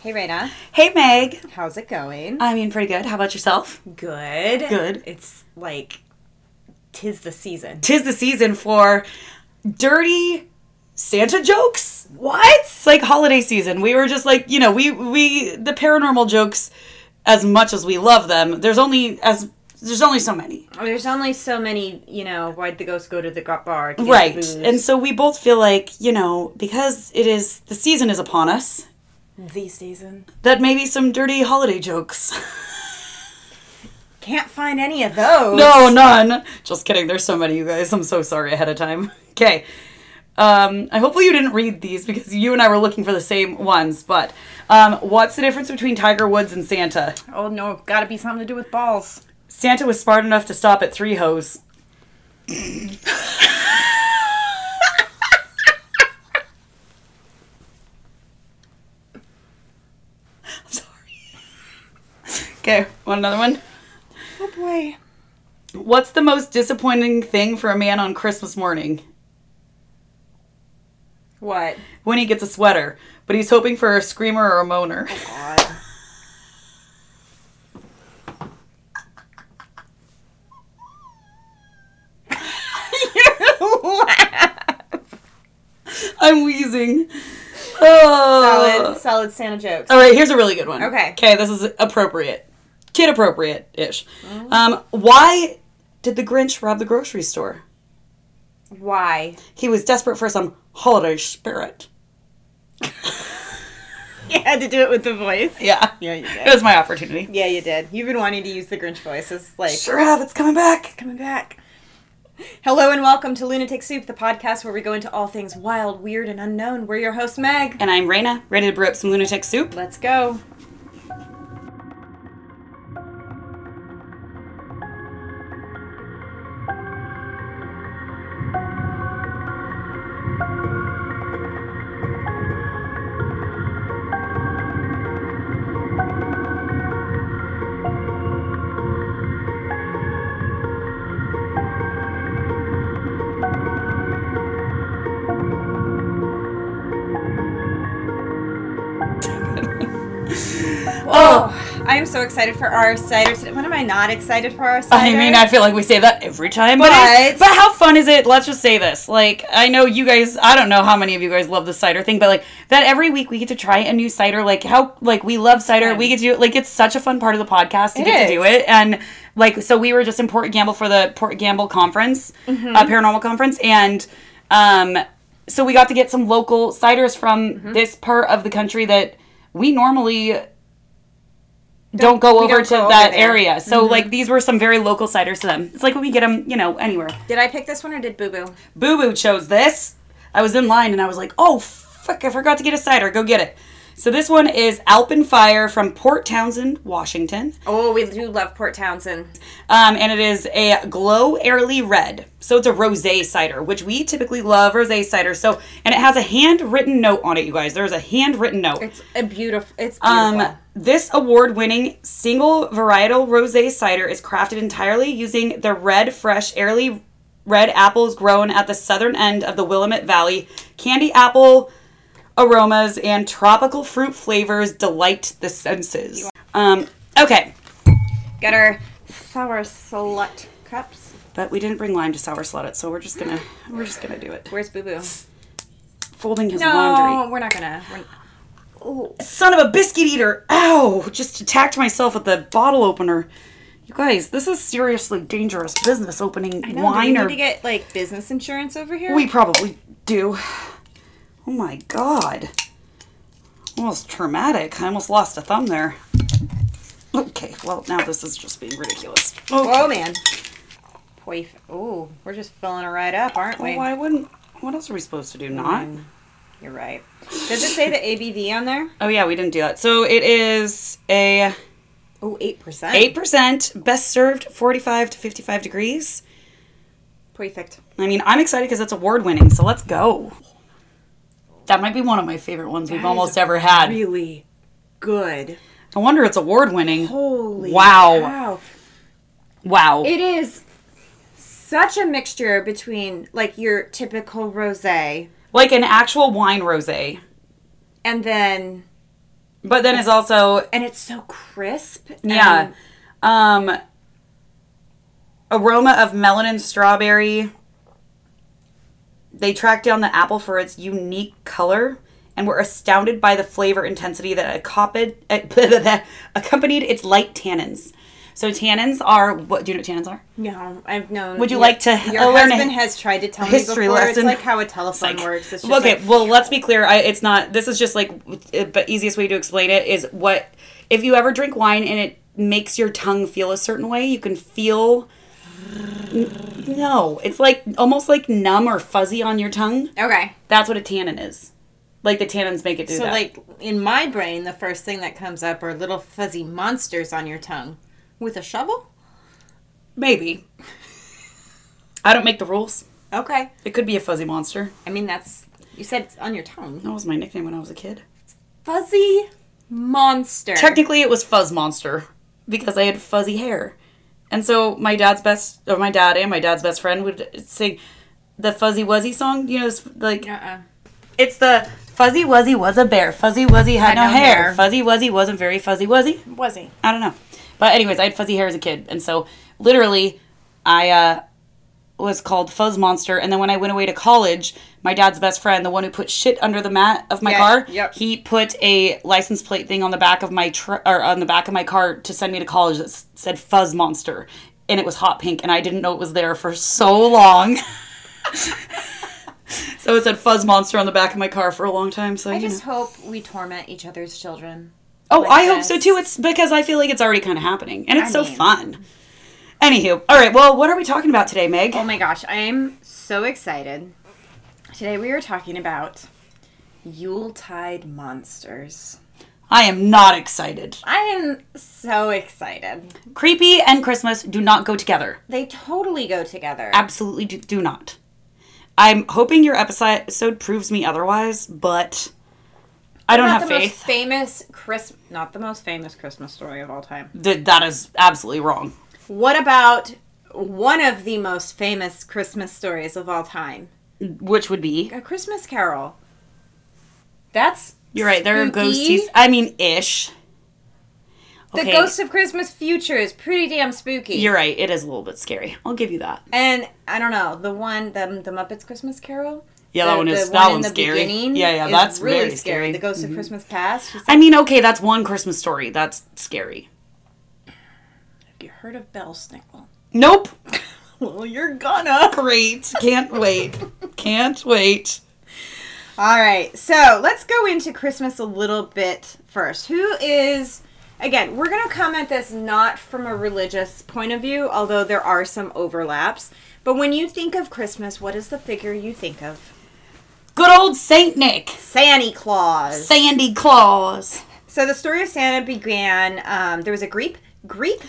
Hey, Raina. Hey, Meg. How's it going? I mean, pretty good. How about yourself? Good. Good. It's like, tis the season. Tis the season for dirty Santa jokes. What? It's like holiday season. We were just like, you know, we we the paranormal jokes as much as we love them, there's only as there's only so many. There's only so many, you know, why'd the ghost go to the gu- bar? to get Right. booze? And so we both feel like, you know, because it is the season is upon us, the season. that maybe some dirty holiday jokes. Can't find any of those. No, none. Just kidding. There's so many, you guys. I'm so sorry ahead of time. Okay. Um, I hopefully you didn't read these because you and I were looking for the same ones. But um, what's the difference between Tiger Woods and Santa? Oh, no. Gotta be something to do with balls. Santa was smart enough to stop at three hoes. I'm sorry. Okay, want another one? Oh, boy. What's the most disappointing thing for a man on Christmas morning? What? when he gets a sweater, but he's hoping for a screamer or a moaner. God. I'm wheezing. Oh. Solid, solid Santa jokes. All right, here's a really good one. Okay. Okay, this is appropriate. Kid appropriate ish. Um, why did the Grinch rob the grocery store? Why? He was desperate for some holiday spirit. You had to do it with the voice. Yeah. Yeah, you did. It was my opportunity. Yeah, you did. You've been wanting to use the Grinch voice. It's like, Sure have, it's coming back. coming back. Hello and welcome to Lunatic Soup, the podcast where we go into all things wild, weird, and unknown. We're your host, Meg. And I'm Raina, ready to brew up some lunatic soup. Let's go. Oh, I am so excited for our cider today. When am I not excited for our I cider? mean, I feel like we say that every time, but But- it's- but how fun is it? Let's just say this. Like, I know you guys. I don't know how many of you guys love the cider thing, but like that every week we get to try a new cider. Like how like we love cider. fun. We get to do it. Like it's such a fun part of the podcast to It get is. to do it. And like so, we were just in Port Gamble for the Port Gamble conference, Mm-hmm. uh, paranormal conference, and um, so we got to get some local ciders from Mm-hmm. this part of the country that we normally. Don't, go we over don't to go over that there. Mm-hmm. area. So like these were some very local ciders to them. It's like when we get them, you know, anywhere. Did I pick this one or did Boo Boo? Boo Boo chose this. I was in line and I was like, oh fuck, I forgot to get a cider. Go get it. So this one is Alpenfire from Port Townsend, Washington, Oh, we do love Port Townsend. um, and it is a glow early red. So it's a rosé cider, which we typically love rosé cider. So and it has a handwritten note on it, you guys. There's a handwritten note. It's a beautiful. It's beautiful. Um, this award winning single varietal rose cider is crafted entirely using the red, fresh, early red apples grown at the southern end of the Willamette Valley. Candy apple aromas and tropical fruit flavors delight the senses. Um, okay, Got our sour slut cups. but we didn't bring lime to sour slut it, so we're just gonna we're just gonna do it. Where's Boo Boo? Folding his No, laundry. we're not gonna. We're Oh, Son of a biscuit eater! Ow! Just attacked myself with the bottle opener. You guys, this is seriously dangerous business opening no, wine do we or need to get like business insurance over here? We probably do. Oh my god. Almost traumatic. I almost lost a thumb there. Okay, well, now this is just being ridiculous. Oh, Oh man. Poif. Ooh, we're just filling it right up, aren't we? why wouldn't. What else are we supposed to do? Not? You're right. Does it say the ABV on there? Oh, yeah, we didn't do that. So it is a Oh, eight percent. 8%, best served 45 to 55 degrees. Perfect. I mean, I'm excited because it's award winning, so let's go. That might be one of my favorite ones we've That is almost ever had. Really good. I wonder it's award winning. Holy Wow. cow. Wow. It is such a mixture between like your typical rosé like an actual wine rosé. and then But then it's also And it's so crisp. and- yeah. Um aroma of melanin strawberry. They tracked down the apple for its unique color and were astounded by the flavor intensity that accompanied, accompanied its light tannins. So tannins are what do you know what tannins are? No, I've known. Would you like to Your learn a husband has tried to tell me history before. lesson? It's like how a telephone Like- works. It's just okay, like, well, let's be clear. I, it's not. This is just like uh, the easiest way to explain it is what if you ever drink wine and it makes your tongue feel a certain way, you can feel. N- No, it's like almost like numb or fuzzy on your tongue. okay. That's what a tannin is. Like the tannins make it do So, that. like in my brain, the first thing that comes up are little fuzzy monsters on your tongue with a shovel. maybe. I don't make the rules. Okay, It could be a fuzzy monster. I mean that's you said it's on your tongue. That was my nickname when I was a kid. Fuzzy monster. technically it was fuzz monster because i had fuzzy hair and so my dad's best or my dad and my dad's best friend would sing the fuzzy wuzzy song you know it's like Uh-uh. it's the fuzzy wuzzy was a bear fuzzy wuzzy had, no, no hair. hair. fuzzy wuzzy wasn't very fuzzy wuzzy Was he? i don't know but anyways i had fuzzy hair as a kid and so literally i uh was called Fuzz Monster, and then when I went away to college, my dad's best friend, the one who put shit under the mat of my Yeah, car, yep. he put a license plate thing on the back of my tr- or on the back of my car to send me to college that s- said Fuzz Monster, and it was hot pink, and I didn't know it was there for so long. so it said Fuzz Monster on the back of my car for a long time. So I you just know. hope we torment each other's children. oh, like I hope so this. too. It's because I feel like it's already kind of happening, and it's so mean- fun. Anywho, all right. Well, what are we talking about today, Meg? Oh my gosh, I'm so excited. Today we are talking about Yuletide monsters. I am not excited. I am so excited. Creepy and Christmas do not go together. They totally go together. Absolutely do, do not. I'm hoping your episode proves me otherwise, but I don't not have the faith. Most famous Chris, not the most famous Christmas story of all time. Th- that is absolutely wrong. What about one of the most famous Christmas stories of all time? Which would be A Christmas Carol. That's you're right. There are spooky. ghosties. I mean, ish. The Okay, Ghost of Christmas Future is pretty damn spooky. You're right. It is a little bit scary. I'll give you that. And I don't know the one, the, the Muppets Christmas Carol. Yeah, that The- one the is that in one's the scary. beginning Yeah, yeah, is that's really very scary. Mm-hmm. The Ghost of Christmas Past. She's like, I mean, okay, that's one Christmas story. That's scary. Have you heard of Bell Snickle? Nope. Well, you're gonna. Great. Can't wait. Can't wait. All right, so let's go into Christmas a little bit first. Who is, again, we're going to come at this not from a religious point of view, although there are some overlaps. But when you think of Christmas, what is the figure you think of? Good old Saint Nick. Santa Claus. Sandy Claus. so the story of Santa began. Um, there was a Greek, Greek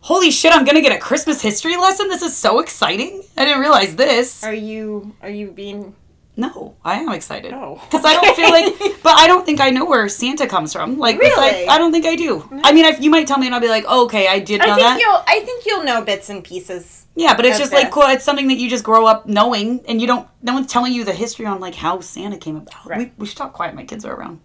Holy shit, I'm gonna get a Christmas history lesson? This is so exciting. I didn't realize this. Are you are you being No, I am excited. Oh. Because I don't feel like, but I don't think I know where Santa comes from. Like, really? Really? I don't think I do. I mean, I, you might tell me and I'll be like, oh, okay, I did know I think that. you'll I think you'll know bits and pieces. Yeah, but it's at just like best. cool. It's something that you just grow up knowing and you don't, no one's telling you the history on like how Santa came about. We, Right. we should talk quiet. My kids are around.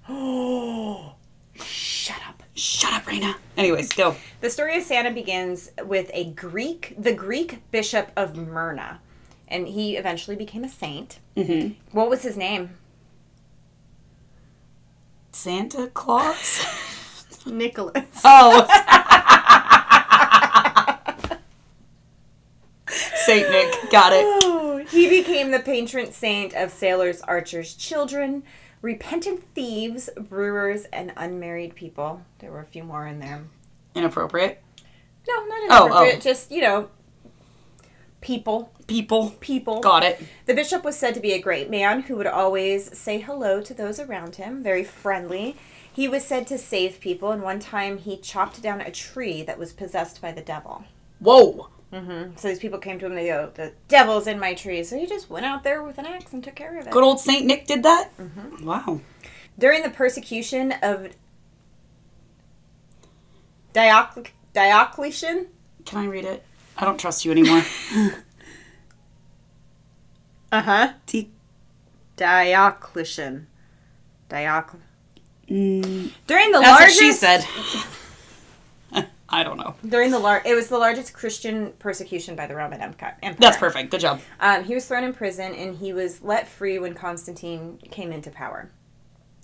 Shut up. Shut up, Raina. Anyways, go. The story of Santa begins with a Greek, the Greek bishop of Myrna, and he eventually became a saint. Mhm. What was his name? Santa Claus? Nicholas. Oh. Saint Nick, got it. Oh, he became the patron saint of sailors, archers, children, repentant thieves, brewers, and unmarried people. There were a few more in there. Inappropriate. No, not Oh, inappropriate. oh. Just you know, people, People, people. got it. The bishop was said to be a great man who would always say hello to those around him, very friendly. He was said to save people, and one time he chopped down a tree that was possessed by the devil. Whoa. So these people came to him, they go, The devil's in my tree. So he just went out there with an axe and took care of it. Good old Saint Nick did that? Mm-hmm. Wow. During the persecution of Diocle- Diocletian, Can I read it? I don't trust you anymore. uh huh, Di- Uh-huh. Diocletian, Diocle, Mm. During the That's largest, what she said. I don't know. during the lar- it was the largest Christian persecution by the Roman Empire. That's perfect. Good job. Um, he was thrown in prison and he was let free when Constantine came into power.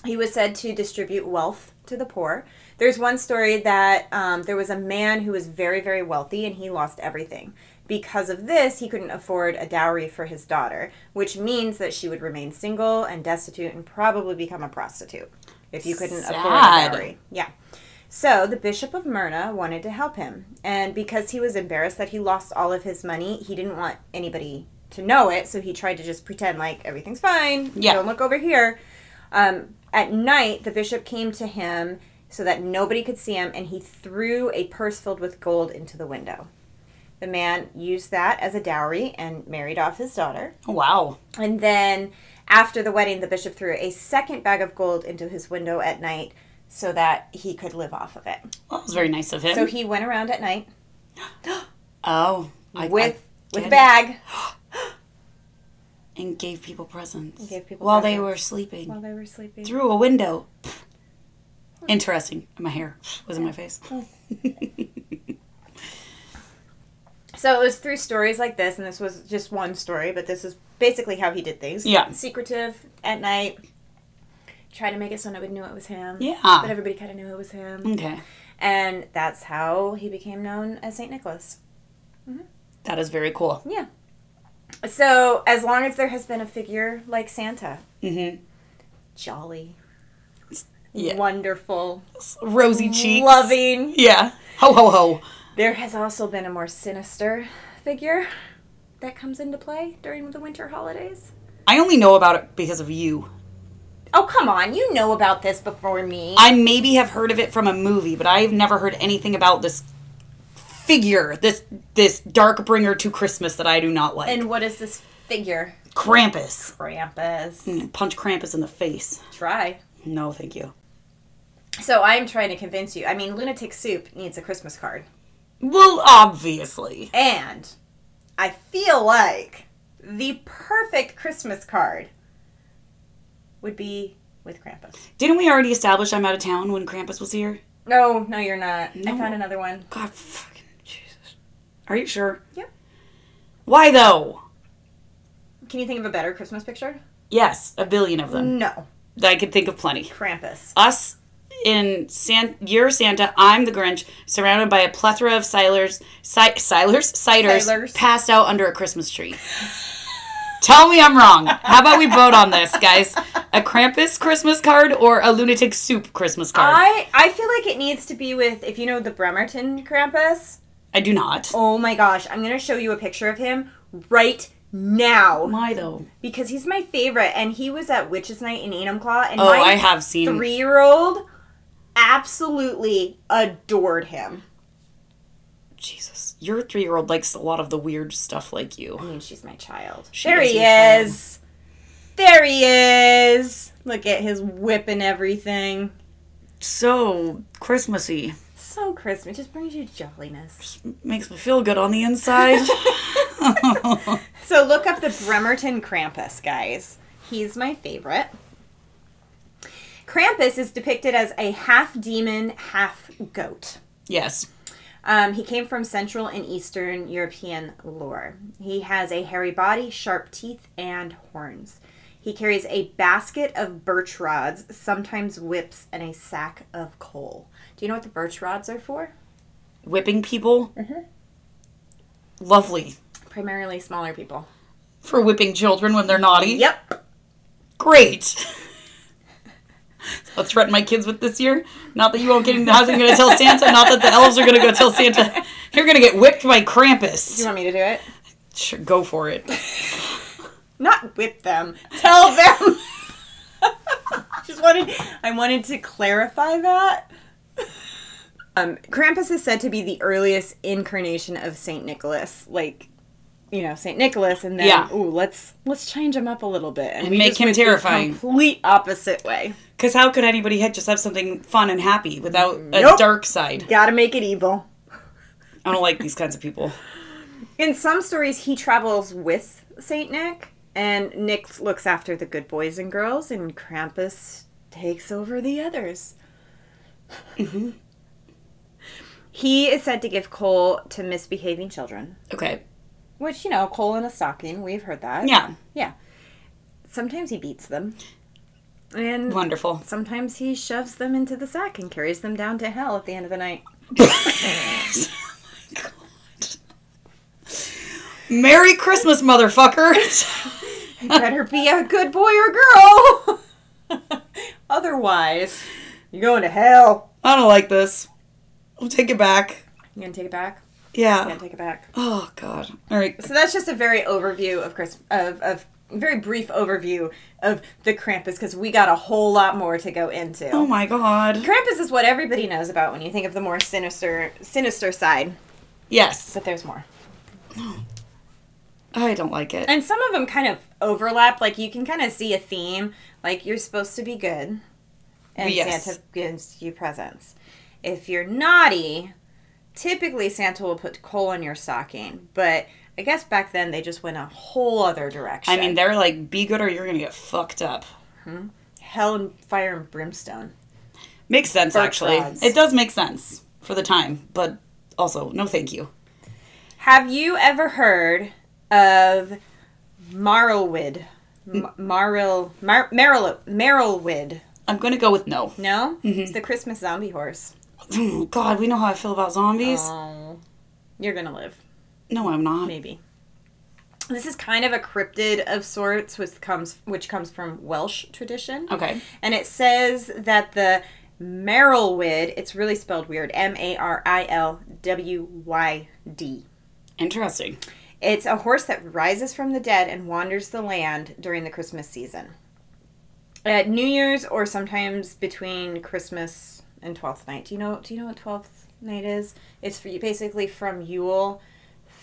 He was said to distribute wealth to the poor. There's one story that um, there was a man who was very, very wealthy and he lost everything. Because of this, he couldn't afford a dowry for his daughter, which means that she would remain single and destitute and probably become a prostitute if you couldn't afford Sad. a dowry. Yeah. So the Bishop of Myrna wanted to help him. And because he was embarrassed that he lost all of his money, he didn't want anybody to know it. So he tried to just pretend like everything's fine. Yeah. Don't look over here. Um, at night, the bishop came to him so that nobody could see him, and he threw a purse filled with gold into the window. The man used that as a dowry and married off his daughter. Oh, Wow. And then after the wedding, the bishop threw a second bag of gold into his window at night so that he could live off of it. Well, that was very nice of him. So he went around at night oh, I, with I with a did. bag and gave people presents gave people while they presents. were sleeping while they were sleeping. through a window. Interesting. My hair was in my face. Oh. So it was through stories like this, and this was just one story, but this is basically how he did things. Yeah. Secretive at night. Try to make it so nobody knew it was him. But Yeah. Mm. everybody kind of knew it was him. Okay. And that's how he became known as St. Nicholas. That is very cool. Yeah. So as long as there has been a figure like Santa, Mm-hmm. jolly, Yeah. wonderful, Rosy cheeks. loving, Yeah. Ho ho ho. there has also been a more sinister figure that comes into play during the winter holidays. I only know about it because of you. Oh, come on. You know about this before me. I maybe have heard of it from a movie, but I've never heard anything about this figure, this this dark bringer to Christmas that I do not like. and what is this figure? Krampus. Krampus. Punch Krampus in the face. Try. No, thank you. So I'm trying to convince you. I mean, Lunatic Soup needs a Christmas card. Well, obviously. And I feel like the perfect Christmas card would be with Krampus. Didn't we already establish I'm out of town when Krampus was here? No, no, you're not. I No. found another one. God fucking Jesus. Are you sure? Yep. Why though? Can you think of a better Christmas picture? Yes, a billion of them. No. I could think of plenty. Krampus. us in San- you're Santa, I'm the Grinch, surrounded by a plethora of silers, si- silers, ciders, Silers. passed out under a Christmas tree. Tell me I'm wrong. How about we vote on this, guys? A Krampus Christmas card or a Lunatic Soup Christmas card? I, I, I feel like it needs to be with, if you know the Bremerton Krampus. do not. Oh my gosh, I'm going to show you a picture of him right now. Why though? because he's my favorite and he was at witches night in enumclaw and Oh, my I have seen. three-year-old absolutely adored him Jesus, your three-year-old likes a lot of the weird stuff, like you. i mean she's my child She there is he your child. is there he is look at his whip and everything So Christmassy so christmas just brings you jolliness makes me feel good on the inside. so look up the bremerton krampus guys he's my favorite krampus is depicted as a half demon half goat yes. Um, he came from Central and Eastern European lore. He has a hairy body, sharp teeth, and horns. He carries a basket of birch rods, sometimes whips, and a sack of coal. Do you know what the birch rods are for? whipping people. Lovely Primarily smaller people. for whipping children when they're naughty. Yep. Great. I'll threaten my kids with this year. Not that you won't get in the house. I'm going to tell Santa. Not that the elves are going to go tell Santa. You're going to get whipped Do by you Krampus. want me to do it? Sure, go for it. Not whip them. Tell them. Just wanted. I wanted to clarify that. Um, Krampus is said to be the earliest incarnation of Saint Nicholas, like you know Saint Nicholas, and then Yeah. ooh, let's let's change him up a little bit and, And make just him went the terrifying. complete opposite way. Because how could anybody ha- just have something fun and happy without a Nope. dark side? Got to make it evil. I don't like these kinds of people. In some stories, he travels with Saint Nick, and Nick looks after the good boys and girls, and Krampus takes over the others. He is said to give coal to misbehaving children, Okay. which, you know, coal in a stocking, we've heard that. Yeah. Yeah. Sometimes he beats them. And Wonderful. sometimes he shoves them into the sack and carries them down to hell at the end of the night. Merry Christmas, motherfucker. Better be a good boy or girl! Otherwise, you're going to hell. I don't like this. I'll take it back. You gonna take it back? Yeah. You gonna take it back? Oh God. All right. So that's just a very overview of Chris of of very brief overview of the Krampus because we got a whole lot more to go into. Oh my God. Krampus is what everybody knows about when you think of the more sinister sinister side, Yes. but there's more. I don't like it. And some of them kind of overlap. Like you can kind of see a theme. Like you're supposed to be good, and Yes. Santa gives you presents. If you're naughty, typically Santa will put coal in your stocking. But I guess back then they just went a whole other direction. I mean, they're like, be good or you're gonna get fucked up. hell and fire and brimstone. Makes sense, Bird actually. rods. It does make sense for the time, but also, no, thank you. Have you ever heard of Marlwood? M- Maril, Mar- Maril, Marlwood. I'm gonna go with no. No, Mm-hmm. it's the Christmas zombie horse. Oh, God, we know how I feel about zombies. Oh, you're gonna live, no, I'm not. maybe. This is kind of a cryptid of sorts, which comes which comes from Welsh tradition. Okay. and it says that the Marilwyd. It's really spelled weird. M A R I L W Y D. Interesting. It's a horse that rises from the dead and wanders the land during the Christmas season. At New Year's or sometimes between Christmas and Twelfth Night. Do you know do you know what Twelfth Night is? It's for you basically from Yule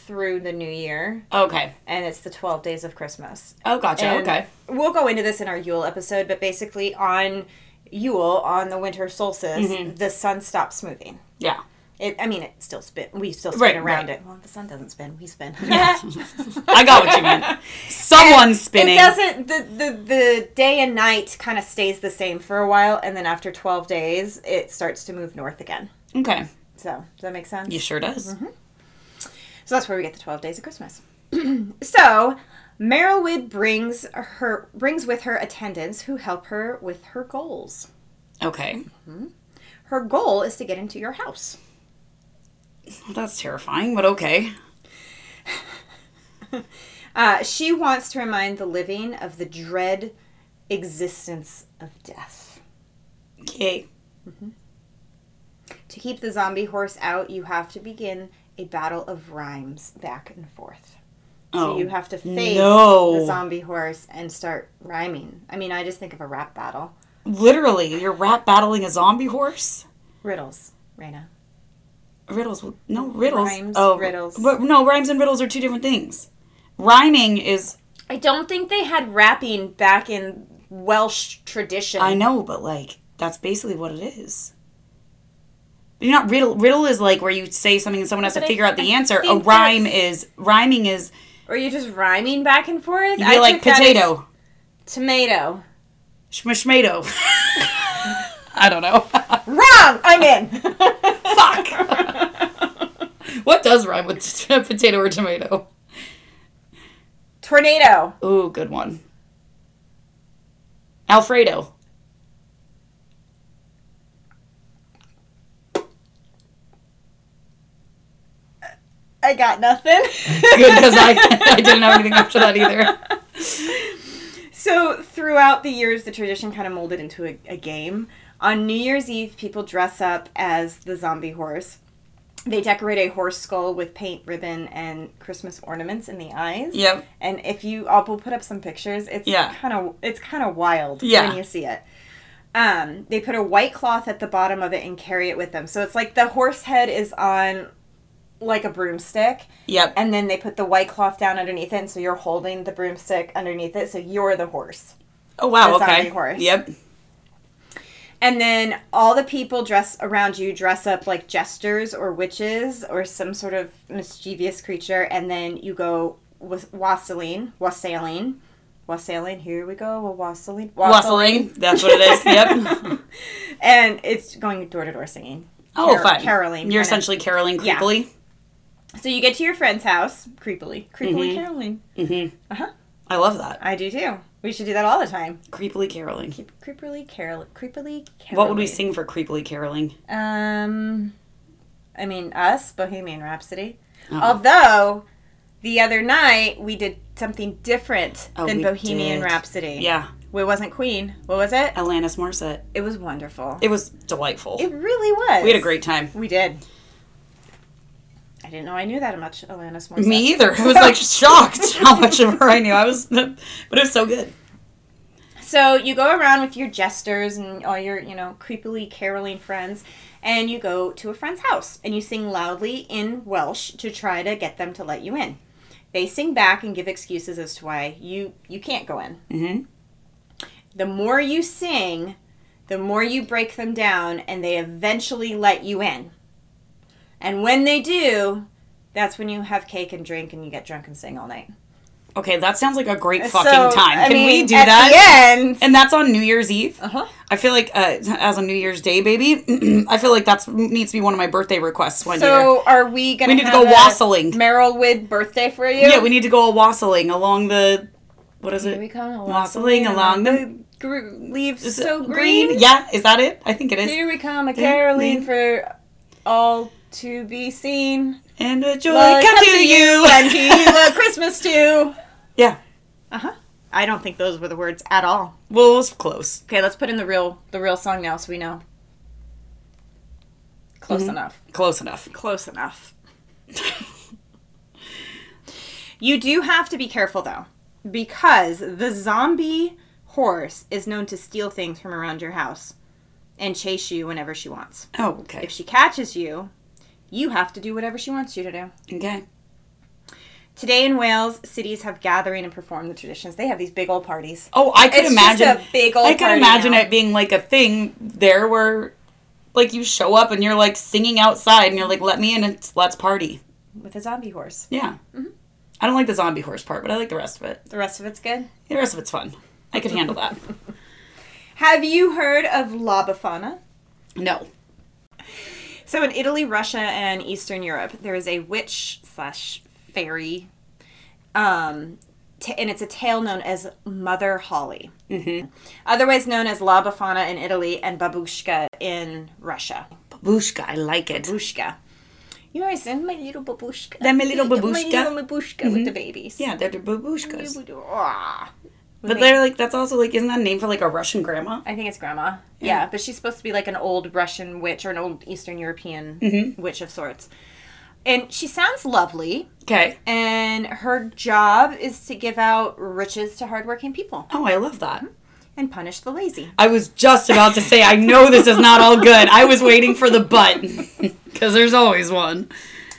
through the New Year Okay. and it's the twelve days of Christmas. Oh, gotcha. And okay. We'll go into this in our Yule episode, but basically on Yule, on the winter solstice, Mm-hmm. the sun stops moving. Yeah. It, I mean, it still spin. We still spin Right, around right. it. Well, the sun doesn't spin. We spin. I got what you meant. Someone's It spinning. doesn't. The, the the day and night kind of stays the same for a while, and then after twelve days, it starts to move north again. Okay. So does that make sense? You sure does. Mm-hmm. So that's where we get the twelve days of Christmas. so Merylwyd brings her brings with her attendants who help her with her goals. Okay. Her goal is to get into your house. That's terrifying, but okay. Uh, she wants to remind the living of the dread existence of death. Okay. To keep the zombie horse out, you have to begin a battle of rhymes back and forth. So Oh, you have to face no. the zombie horse and start rhyming. I mean, I just think of a rap battle. Literally, you're rat battling a zombie horse? Riddles, Raina. Riddles. No, riddles. Rhymes, oh, riddles. But no, rhymes and riddles are two different things. Rhyming is, I don't think they had rapping back in Welsh tradition. I know, but like, that's basically what it is. You're not riddle. Riddle is like where you say something and someone has But to I- figure out the I answer. A think rhyme that's- is rhyming is Or you just rhyming back and forth? you get like took that as potato, Tomato. schmishmato. I don't know. Wrong! I'm in! what does rhyme with potato or tomato? Tornado. Ooh, good one. Alfredo. I got nothing. Good because I, I didn't have anything after that either. So throughout the years, the tradition kind of molded into a, a game. On New Year's Eve, people dress up as the zombie horse. They decorate a horse skull with paint, ribbon, and Christmas ornaments in the eyes. Yep. And if you, I'll we'll put up some pictures. It's Yeah. kind of it's kind of wild Yeah. when you see it. Um, they put a white cloth at the bottom of it and carry it with them. So it's like the horse head is on like a broomstick, Yep. and then they put the white cloth down underneath it, and so you're holding the broomstick underneath it, so you're the horse. oh wow. the Okay. zombie horse. Yep. And then all the people dress around you dress up like jesters or witches or some sort of mischievous creature, and then you go with wassailing, wassailing, wassailing. Here we go. We're wassailing. Wassailing. That's what it is. Yep. And it's going door to door singing. Oh, Carol- fine. Caroling. kind You're of. essentially caroling Yeah. creepily. So you get to your friend's house, creepily. Creepily caroling. Mm-hmm. Uh-huh. I love that. I do too. We should do that all the time. Creepily caroling. Keep creepily carol creepily caroling. What would we sing for creepily caroling? Um I mean us, Bohemian Rhapsody. Oh. Although the other night we did something different Oh, than we Bohemian did. Rhapsody. Yeah, It wasn't Queen. What was it? Alanis Morissette. It was wonderful. It, It was delightful. really was. we had a great time. We did. I didn't know I knew that much, Alanis Morissette. Me either. I was like shocked how much of her I knew. I was, but it was so good. So you go around with your jesters and all your, you know, creepily caroling friends, and you go to a friend's house and you sing loudly in Welsh to try to get them to let you in. They sing back and give excuses as to why you you can't go in. Mhm. The more you sing, the more you break them down, and they eventually let you in. And when they do, that's when you have cake and drink and you get drunk and sing all night. Okay, that sounds like a great fucking So, time. I Can we mean, do at that? The end. And that's on New Year's Eve. Uh-huh. I feel like uh, as on New Year's Day, baby. I feel like that's needs to be one of my birthday requests one year. So are we gonna? We need to have go a wassailing. Meryl Wid birthday for you. Yeah, we need to go a wassailing along the. What is Here we it? come a Wassailing along the gr- leaves is it so green. Yeah, is that it? I think it is. Here we come a Mm. caroling for all to be seen. And a joy Well, it come comes to you. and he a Christmas too. yeah. Uh huh. I don't think those were the words at all. Well, it was close. Okay, let's put in the real the real song now, so we know. Close Mm-hmm. enough. Close enough. Close enough. You do have to be careful though, because the zombie horse is known to steal things from around your house and chase you whenever she wants. Oh, okay. If she catches you, you have to do whatever she wants you to do. Okay. Today in Wales, cities have gathering and perform the traditions. They have these big old parties. Oh, I could It's just imagine a big old I could party imagine now. it being like a thing there where like you show up and you're like singing outside and you're like let me in and it's- let's party. with a zombie horse. Yeah. Mm-hmm. I don't like the zombie horse part, but I like the rest of it. The rest of it's good. The rest of it's fun. I could handle that. Have you heard of La Befana? No. So in Italy, Russia, and Eastern Europe, there is a witch slash fairy, um, t- and it's a tale known as Mother Holly, mm-hmm. otherwise known as La Befana in Italy and Babushka in Russia. Babushka, I like it. Babushka. You always send my little babushka. Then my little My babushka. Mm-hmm. little babushka with the babies. Yeah, they're the babushkas. Ah. But they're like that's also like isn't that a name for like a Russian grandma? I think it's grandma. Yeah. but she's supposed to be like an old Russian witch or an old Eastern European Mm-hmm. witch of sorts. And she sounds lovely, Okay. and her job is to give out riches to hardworking people Oh, I love that. Mm-hmm. and punish the lazy. I was just about to say, I know this is not all good. I was waiting for the but, because there's always one.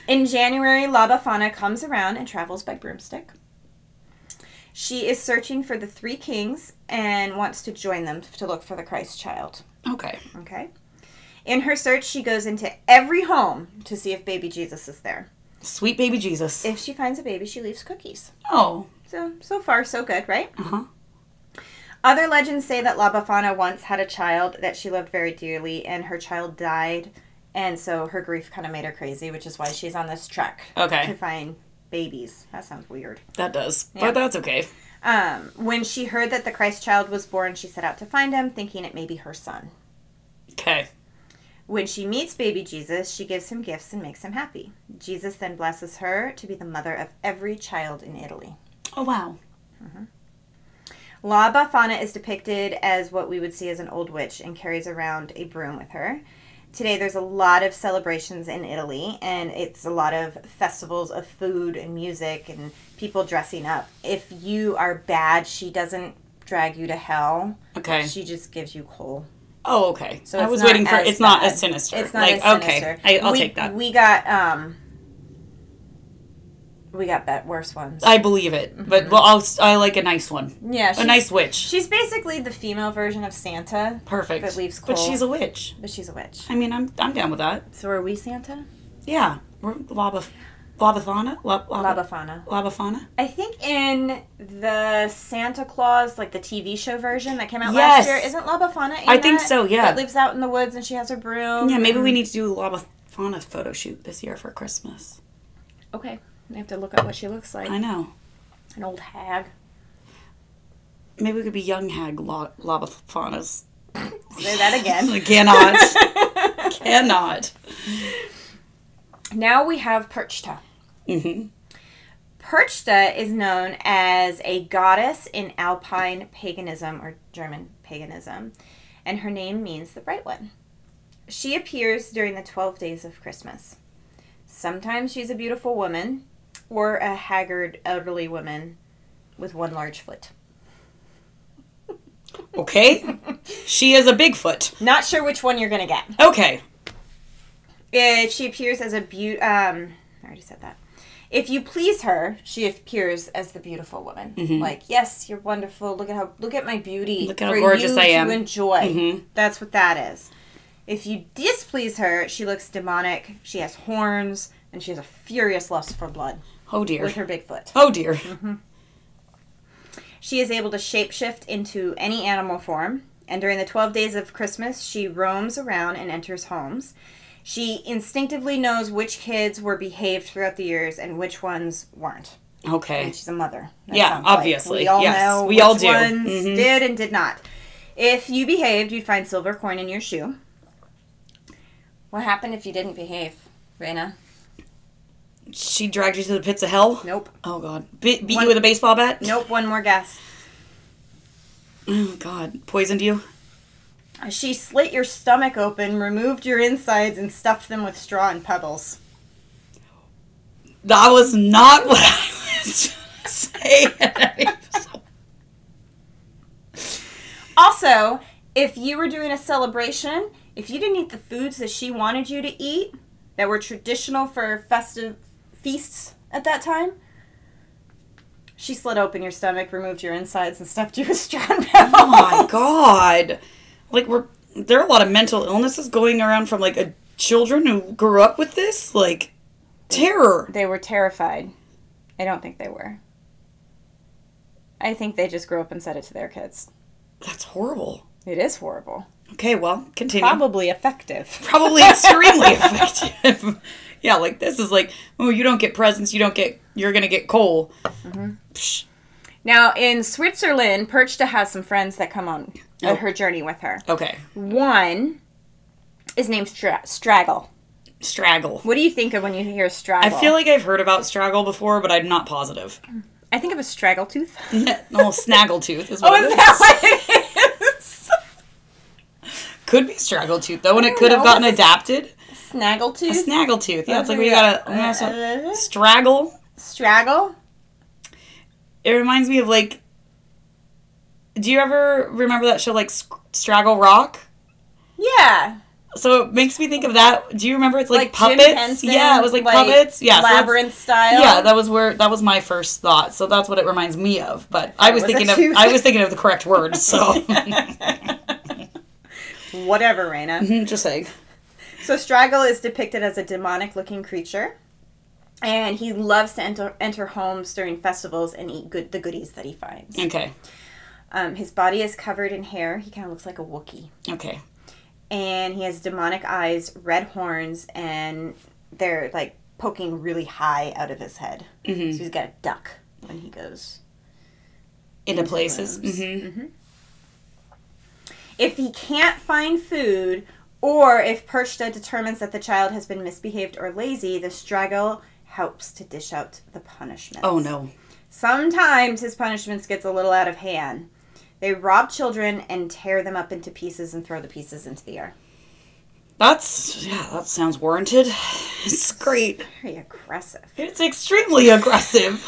In January, La Befana comes around and travels by broomstick. She is searching for the three kings and wants to join them to look for the Christ child. Okay. Okay? In her search, she goes into every home to see if baby Jesus is there. Sweet baby Jesus. If she finds a baby, she leaves cookies. Oh. So, so far, so good, right? Uh huh. Other legends say that La Befana once had a child that she loved very dearly, and her child died, and so her grief kind of made her crazy, which is why she's on this trek Okay. to find babies. That sounds weird. That does. Yeah. But that's okay. Um, when she heard that the Christ child was born, she set out to find him, thinking it may be her son. Okay. When she meets baby Jesus, she gives him gifts and makes him happy. Jesus then blesses her to be the mother of every child in Italy. Oh, wow. La Bafana is depicted as what we would see as an old witch and carries around a broom with her. Today, there's a lot of celebrations in Italy, and it's a lot of festivals of food and music and people dressing up. If you are bad, she doesn't drag you to hell. Okay. She just gives you coal. Oh, okay. So I it's was not waiting for as it's not bad. as sinister. It's not like, as sinister. okay. I, I'll we, take that. We got um, we got bet worse ones. I believe it. But well, I'll, s- I like a nice one. yeah, A Mm-hmm. she's, nice witch. She's basically the female version of Santa, Perfect. but leaves But coal. she's a witch. but she's a witch. I mean, I'm I'm down with that. So are we Santa? Yeah. We're lava. Labafana? Lab- lab- Labafana. Labafana? I think in the Santa Claus, like the TV show version that came out Yes. last year, isn't Labafana in I think that? so, yeah. That lives out in the woods and she has her broom. Yeah, maybe we need to do a Labafana photo shoot this year for Christmas. Okay. I have to look up what she looks like. I know. An old hag. Maybe we could be young hag la- Labafanas. Say that again. I cannot. cannot. now we have Perchta. hmm Perchta is known as a goddess in Alpine paganism or German paganism, and her name means the bright one. She appears during the 12 days of Christmas. Sometimes she's a beautiful woman or a haggard elderly woman with one large foot. Okay. she is a Bigfoot. Not sure which one you're going to get. Okay. If she appears as a beaut um I already said that. If you please her, she appears as the beautiful woman. Like, yes, you're wonderful. Look at how look at my beauty. Mm-hmm. Look at how gorgeous I am." Mm-hmm. To enjoy. That's what that is. If you displease her, she looks demonic. She has horns and she has a furious lust for blood Oh dear. with her big foot. Oh dear. She is able to shapeshift into any animal form, and during the 12 days of Christmas, she roams around and enters homes. She instinctively knows which kids were behaved throughout the years and which ones weren't. Okay. She's a mother. That Yeah, sounds like. obviously. We all Yes, know we which all do. ones Mhm. did and did not. If you behaved, you'd find silver coin in your shoe. What happened if you didn't behave, Raina? She dragged you to the pits of hell. Nope. Oh god. Be- beat One- you with a baseball bat. Nope. One more guess. Oh god. Poisoned you. She slit your stomach open, removed your insides, and stuffed them with straw and pebbles. That was not what I was saying. Also, if you were doing a celebration, if you didn't eat the foods that she wanted you to eat that were traditional for festive feasts at that time, she slit open your stomach, removed your insides, and stuffed you with straw and pebbles. oh my god. Like we're there are a lot of mental illnesses going around from like a children who grew up with this like terror. They were terrified. I don't think they were. I think they just grew up and said it to their kids. That's horrible. It is horrible. Okay, well, continue. Probably effective. Probably extremely effective. yeah, like this is like, oh, you don't get presents, you don't get, you're gonna get coal. Psh, Now, in Switzerland, Perchta has some friends that come on uh, Oh. her journey with her. okay, One is named Stra- Straggle. straggle. What do you think of when you hear I Straggle? feel like I've heard about straggle before, but I'm not positive. I think of a Oh, straggle tooth. Oh, snaggletooth is what it is. Could be straggletooth though, and it could have know, gotten adapted. Snaggle A tooth. snaggletooth. Yeah, it's like we Yeah. gotta yeah, so- straggle. straggle. It reminds me of like. Do you ever remember that show like Sc- Straggle Rock? Yeah, So it makes me think of that. Do you remember? It's like, Jim puppets. Henson, yeah, it was like, puppets. Yeah, so that's- labyrinth style. yeah, that was where that was my first thought. So that's what it reminds me of. But I was was a thinking of tooth. I was thinking of the correct word. So Whatever, Raina. Mm, just saying. So Straggle is depicted as a demonic-looking creature, and he loves to enter enter homes during festivals and eat good the goodies that he finds. Okay. Um, his body is covered in hair. He kind of looks like a Wookiee. Okay. and he has demonic eyes, red horns, and they're like poking really high out of his head. So he's got a duck when he goes. Into places. hmm If he can't find food, or if Perchta determines that the child has been misbehaved or lazy, the straggle helps to dish out the punishment. Oh no. Sometimes his punishments gets a little out of hand. They rob children and tear them up into pieces and throw the pieces into the air. That's yeah. That sounds warranted. It's great. Very aggressive. It's extremely aggressive.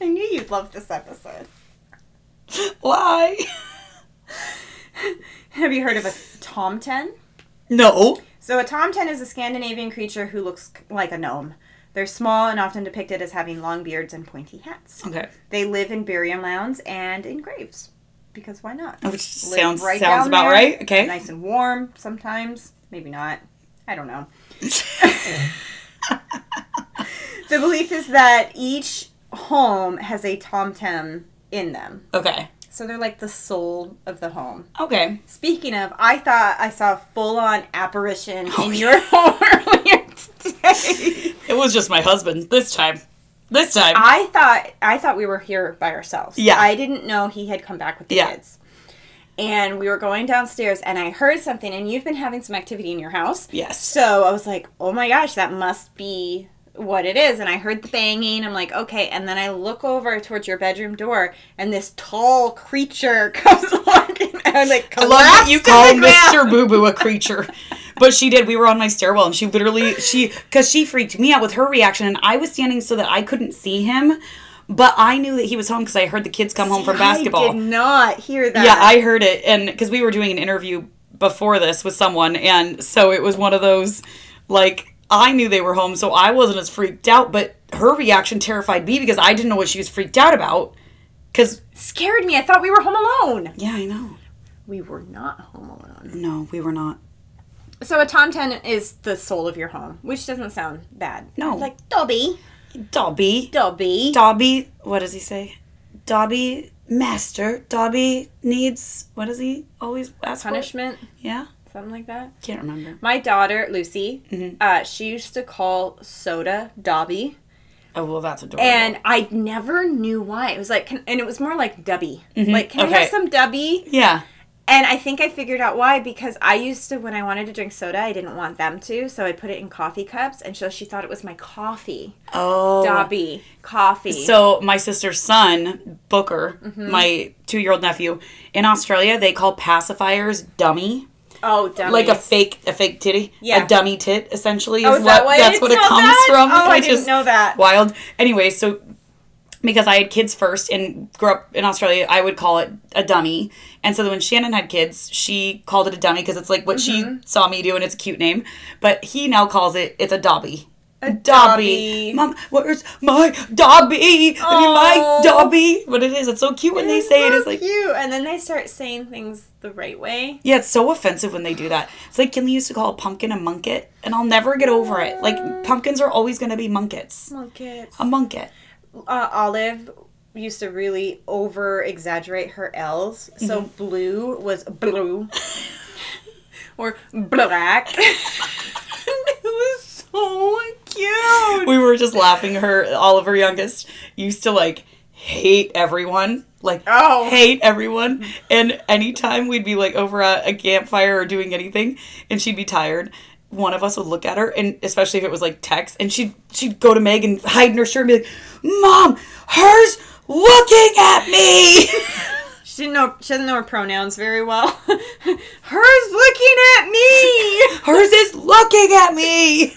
I knew you'd love this episode. Why? Have you heard of a tomten? No. So a tomten is a Scandinavian creature who looks c- like a gnome. They're small and often depicted as having long beards and pointy hats. Okay. They live in burial mounds and in graves. Because why not? Which Live sounds right sounds down about there, right. Okay. Nice and warm sometimes, maybe not. I don't know. the belief is that each home has a tom-tom in them. Okay. So they're like the soul of the home. Okay. Speaking of, I thought I saw a full-on apparition Oh, in your home earlier today. It was just my husband this time. This time. I thought I thought we were here by ourselves. Yeah. I didn't know he had come back with the Yeah. kids. And we were going downstairs and I heard something and you've been having some activity in your house. Yes. So I was like, "Oh my gosh, that must be what it is." And I heard the banging. I'm like, "Okay." And then I look over towards your bedroom door and this tall creature comes walking and like I love that collapsed you to the call ground. Mr. Boo Boo a creature. But she did. We were on my stairwell and she literally she cuz she freaked me out with her reaction and I was standing so that I couldn't see him, but I knew that he was home cuz I heard the kids come home from basketball. I did not hear that. Yeah, I heard it, and because we were doing an interview before this with someone, and so it was one of those, like I knew they were home, so I wasn't as freaked out, but her reaction terrified me because I didn't know what she was freaked out about. Because scared me. I thought we were home alone. yeah, I know. We were not home alone. No, we were not. So a tom ten is the soul of your home, which doesn't sound bad. No. like Dobby, Dobby, Dobby. Dobby, what does he say? Dobby, master. Dobby needs what does he always ask for? punishment, Yeah, something like that. can't remember. My daughter Lucy, Mm-hmm. uh, she used to call soda Dobby, Oh well, that's adorable. and I never knew why. It was like, can, and it was more like Dubby. Like, can I Mm-hmm. Okay. have some Dubby? yeah, And I think I figured out why because I used to when I wanted to drink soda, I didn't want them to, so I put it in coffee cups, and so she thought it was my coffee. oh, Dobby coffee. So my sister's son, Booker, my two-year-old nephew, in Australia they call pacifiers dummy, oh, Dubby. like a fake, a fake titty, Yeah. a dummy tit essentially. Is Oh, is that what why that's it's what it called comes that? from. Oh, I which didn't is know that. Wild. Anyway, so because I had kids first and grew up in Australia, I would call it a dummy. And so when Shannon had kids, she called it a dummy because it's like what Mm-hmm. she saw me do, and it's a cute name. But he now calls it it's a dobby. A dobby. dobby. Mom, where's my dobby? Give me my Aw. dobby. But it is. It's so cute when they say it. so It's like cute, and then they start saying things the right way. yeah, it's so offensive when they do that. It's like Kinley used to call a pumpkin a munket, and I'll never get over it. Like pumpkins are always gonna be munkets. Munkets. A munket. uh, Olive used to really over exaggerate her L's. So Mm-hmm. blue was blue or black. it was so cute. we were just laughing. Her Oliver youngest used to like hate everyone. Like Oh. hate everyone. And anytime we'd be like over at a campfire or doing anything and she'd be tired, one of us would look at her and especially if it was like text and she'd she'd go to Meg and hide in her shirt and be like, Mom, hers looking at me She didn't know she doesn't know her pronouns very well. Hers looking at me. Hers is looking at me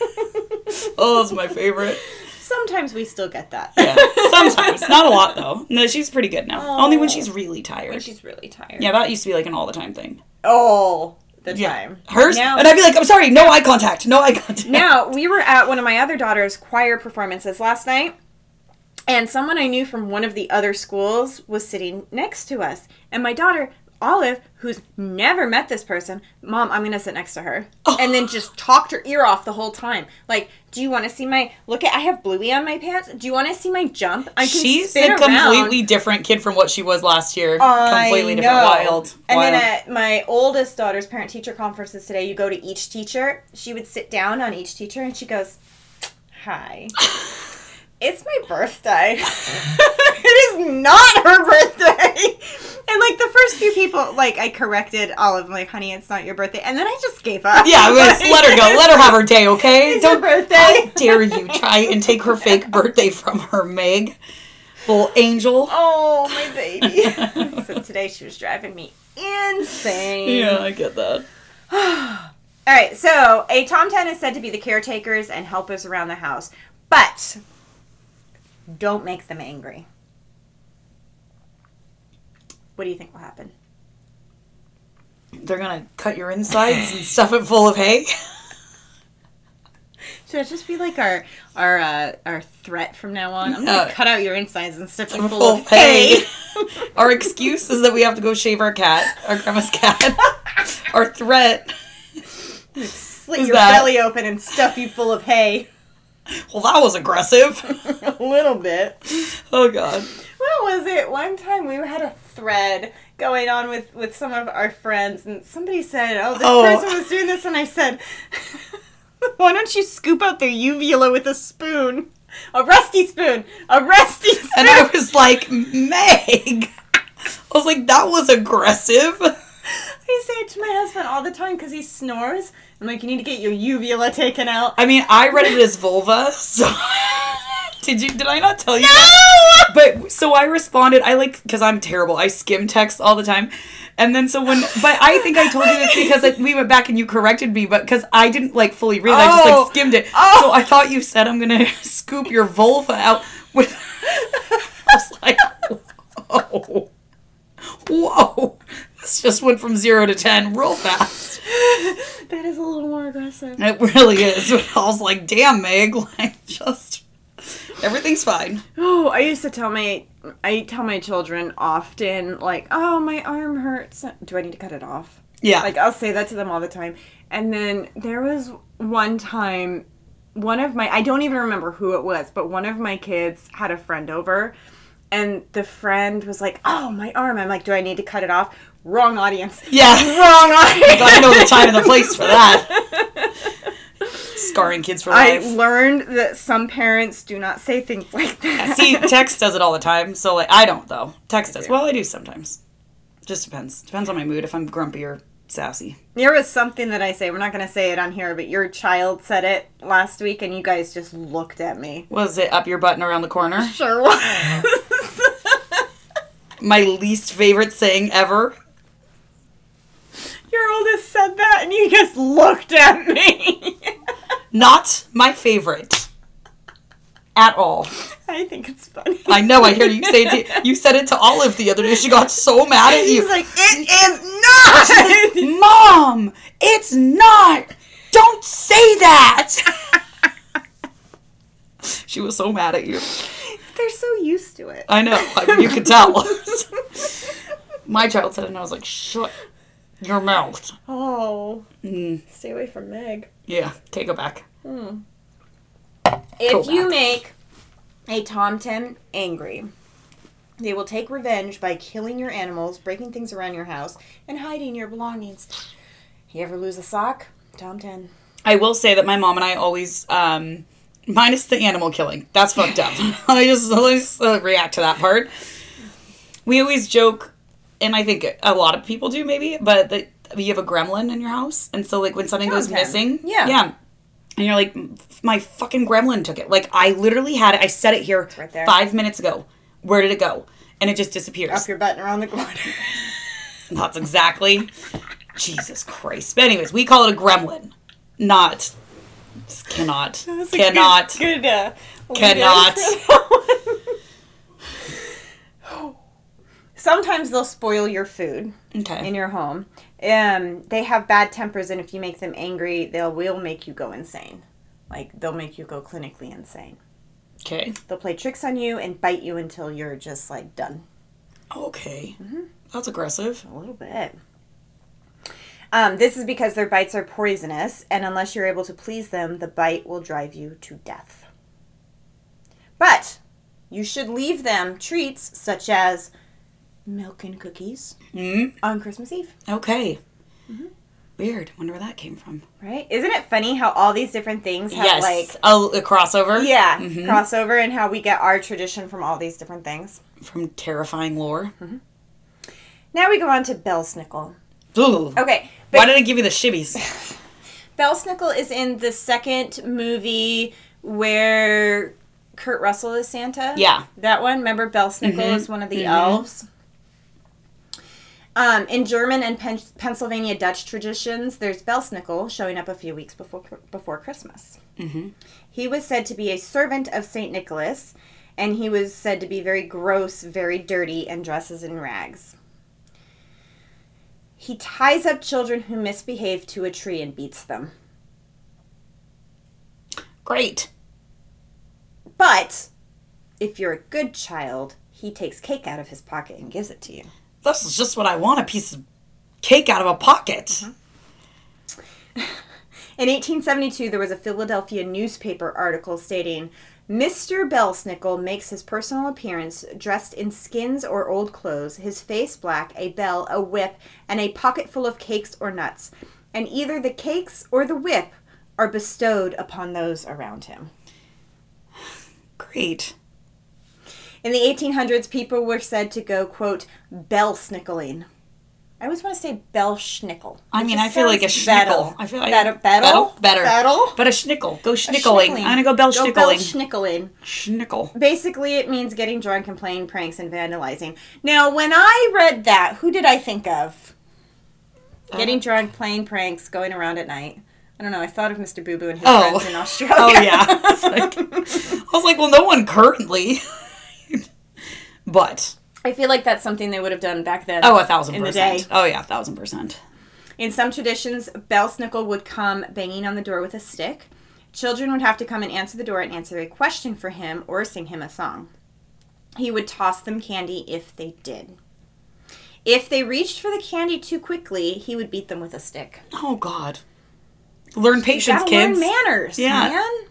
Oh, it's my favorite. Sometimes we still get that. Yeah. Sometimes. Not a lot though. No, she's pretty good now. Only when Aw. she's really tired. She's really tired. Yeah, that used to be like an all the time thing. All the time. Hers? Now- and I'd be like, I'm sorry, no eye contact, no eye contact. Now, we were at one of my other daughter's choir performances last night, and someone I knew from one of the other schools was sitting next to us. And my daughter, Olive, who's never met this person, Mom, I'm going to sit next to her. Oh. And then just talked her ear off the whole time. Like, do you want to see my. Look at. I have Bluey on my pants. Do you want to see my jump? I can She's spin a around." completely different kid from what she was last year. I completely know. different. Wild. And Wild. then at my oldest daughter's parent teacher conferences today, you go to each teacher. She would sit down on each teacher and she goes, Hi. It's my birthday. it is not her birthday. And like the first few people, like I corrected Olive, I'm like, honey, it's not your birthday. And then I just gave up. yeah, I was- Like, let her go. Let her have her day, okay? It's her birthday. How dare you try and take her fake birthday from her, Meg? Little angel. Oh, my baby. so today she was driving me insane. Yeah, I get that. All right, so a tom ten is said to be the caretakers and helpers around the house, but don't make them angry. What do you think will happen? They're gonna cut your insides and stuff it full of hay. Should it just be like our our uh, our threat from now on? I'm gonna gonna No. cut out your insides and stuff you Full, full of hay. our excuse is that we have to go shave our cat, our grandma's cat. our threat slit Is your that- belly open and stuff you full of hay. Well, that was aggressive. a little bit. oh god. What was it? One time we had a thread going on with with some of our friends, and somebody said, "Oh, this Oh. person was doing this," and I said, "Why don't you scoop out their uvula with a spoon?" A rusty spoon, a rusty spoon. And I was like, Meg. I was like, that was aggressive. I say it to my husband all the time because he snores. I'm like, you need to get your uvula taken out. I mean, I read it as vulva. So did you? Did I not tell you? No. But so I responded. I like because I'm terrible. I skim text all the time. And then so when, but I think I told you this because like, we went back and you corrected me, but because I didn't like fully read, it, I just Oh. like skimmed it. Oh. So I thought you said I'm gonna scoop your vulva out with. I was like, whoa, whoa, this just went from zero to ten real fast. that is a little more aggressive. It really is. But I was like, damn, Meg, like just everything's fine. Oh, I used to tell my I tell my children often like, "Oh, my arm hurts. Do I need to cut it off?" Yeah. Like I'll say that to them all the time. And then there was one time one of my I don't even remember who it was, but one of my kids had a friend over and the friend was like, "Oh, my arm." I'm like, "Do I need to cut it off?" Wrong audience. yeah. Wrong audience. I know the time and the place for that. Scarring kids for I life. learned that some parents do not say things like that. See, text does it all the time. So like I don't though. Text does. Well, I do sometimes. Just depends. Depends on my mood if I'm grumpy or sassy. There was something that I say, we're not going to say it on here, but your child said it last week and you guys just looked at me. Was it up your butt and around the corner? Sure was. My least favorite saying ever. your oldest said that and you just looked at me. Not my favorite. At all. I think it's funny. I know. I hear you say it. To, you said it to Olive the other day. She got so mad at He's you. like, it is not! Mom, it's not. Don't say that. she was so mad at you. They're so used to it. I know. I- You could tell. My child said it, and I was like, "Shut your mouth." oh. Mm. Stay away from Meg. Hmm. Yeah, take it back. If Go you make a Tomten angry, they will take revenge by killing your animals, breaking things around your house, and hiding your belongings. You ever lose a sock? Tomten. I will say that my mom and I always, um, minus the animal killing, that's fucked up. I just always uh, react to that part. We always joke, and I think a lot of people do maybe, but that you have a gremlin in your house, and so like when something goes Gremlin. missing, Oh, Yeah. yeah. And you're like, my fucking gremlin took it. Like I literally had it. I said it here right there. five minutes ago. Where did it go? And it just disappears. Up your butt and around the corner. That's exactly. Jesus Christ. But anyways, we call it a gremlin. Not just cannot. Cannot. Good, uh, lead in Cannot. for that one. Sometimes they'll spoil your food. Okay. in your home. Um, they have bad tempers, and if you make them angry, they'll will make you go insane. Like they'll make you go clinically insane. okay. They'll play tricks on you and bite you until you're just like done. Okay. Mm-hmm. That's aggressive. A little bit. Um, this is because their bites are poisonous, and unless you're able to please them, the bite will drive you to death. But you should leave them treats such as milk and cookies Mm. on Christmas Eve. Okay. Mm-hmm. Weird. Wonder where that came from. Right? Isn't it funny how all these different things have yes. like a, a crossover. Yeah, Mhm. crossover and how we get our tradition from all these different things. From terrifying lore. Now we go on to Belsnickel. Ooh. Mm-hmm. Okay, Why but did I give you the shibbies? Belsnickel is in the second movie where Kurt Russell is Santa. Yeah. That one. Remember Belsnickel is one of the elves. Um, in German and Pen- Pennsylvania Dutch traditions, there's Belsnickel showing up a few weeks before before Christmas. He was said to be a servant of Saint Nicholas, and he was said to be very gross, very dirty, and dresses in rags. He ties up children who misbehave to a tree and beats them. Great. But if you're a good child, he takes cake out of his pocket and gives it to you. This Mm-hmm. is just what I want a piece of cake out of a pocket. In 1872, there was a Philadelphia newspaper article stating Mr. Belsnickel makes his personal appearance dressed in skins or old clothes, his face black, a bell, a whip, and a pocket full of cakes or nuts. And either the cakes or the whip are bestowed upon those around him. Great. In the 1800s, people were said to go, quote, bell-snickling. I always want to say bell-schnickel. I It mean, just I feel like a sounds schnickel. better. I feel like better, better, better, better. But a schnickel. Go schnickling. I'm gonna go bell Go schnickling. bell-schnickling. Schnickel. Basically, it means getting drunk and playing pranks and vandalizing. Now, when I read that, who did I think of? Uh, Getting drunk, playing pranks, going around at night. I don't know. I thought of Mr. Boo Boo and his Oh. friends in Australia. Oh yeah. It's like- I was like, well, no one currently. but I feel like that's something they would have done back then. oh, a thousand In the percent. day. Oh yeah, a thousand percent. In some traditions, Belsnickel would come banging on the door with a stick. Children would have to come and answer the door and answer a question for him or sing him a song. He would toss them candy if they did. If they reached for the candy too quickly, he would beat them with a stick. Oh God. Learn patience, Gotta kids. learn manners, Yeah. man.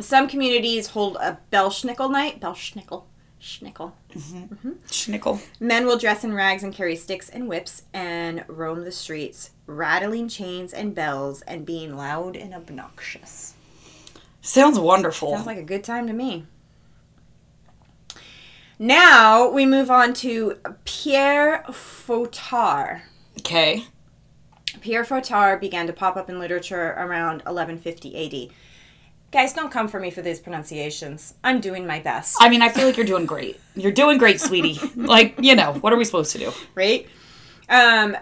Some communities hold a Belschnickel night. Belschnickel. Schnickel. Schnickel. Men will dress in rags and carry sticks and whips and roam the streets, rattling chains and bells and being loud and obnoxious. Sounds wonderful. Sounds like a good time to me. Now we move on to Pierre Fautard. okay. Pierre Fautard began to pop up in literature around 1150 AD. Guys, don't come for me for these pronunciations. I'm doing my best. I mean, I feel like you're doing great. You're doing great, sweetie. like, you know, what are we supposed to do? right? Um,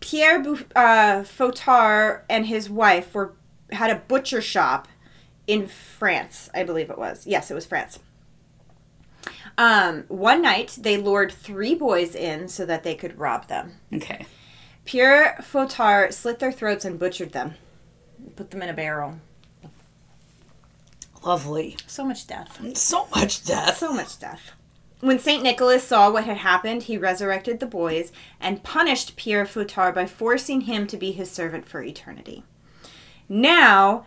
Pierre Bou- uh, Fautard and his wife were had a butcher shop in France, I believe it was. Yes, it was France. Um, one night, they lured three boys in so that they could rob them. Okay. Pierre Fautard slit their throats and butchered them, put them in a barrel. Lovely. So much death. So much death. So much death. When St. Nicholas saw what had happened, he resurrected the boys and punished Pierre Futard by forcing him to be his servant for eternity. Now,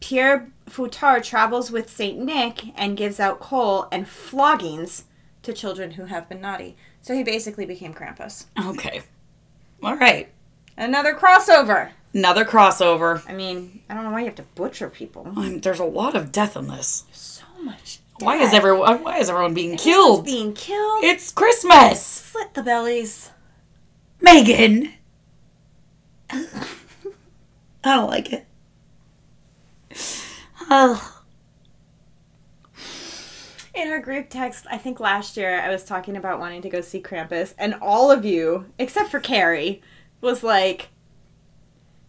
Pierre Futard travels with St. Nick and gives out coal and floggings to children who have been naughty. So he basically became Krampus. Okay. All right. Another crossover! Another crossover. I mean, I don't know why you have to butcher people. Um, there's a lot of death in this. So much. Why is death. everyone? Why is everyone being Everyone's killed? being killed? It's Christmas, Slit the bellies. Megan. I don't like it. Oh, In our group text, I think last year I was talking about wanting to go see Krampus, and all of you, except for Carrie, was like,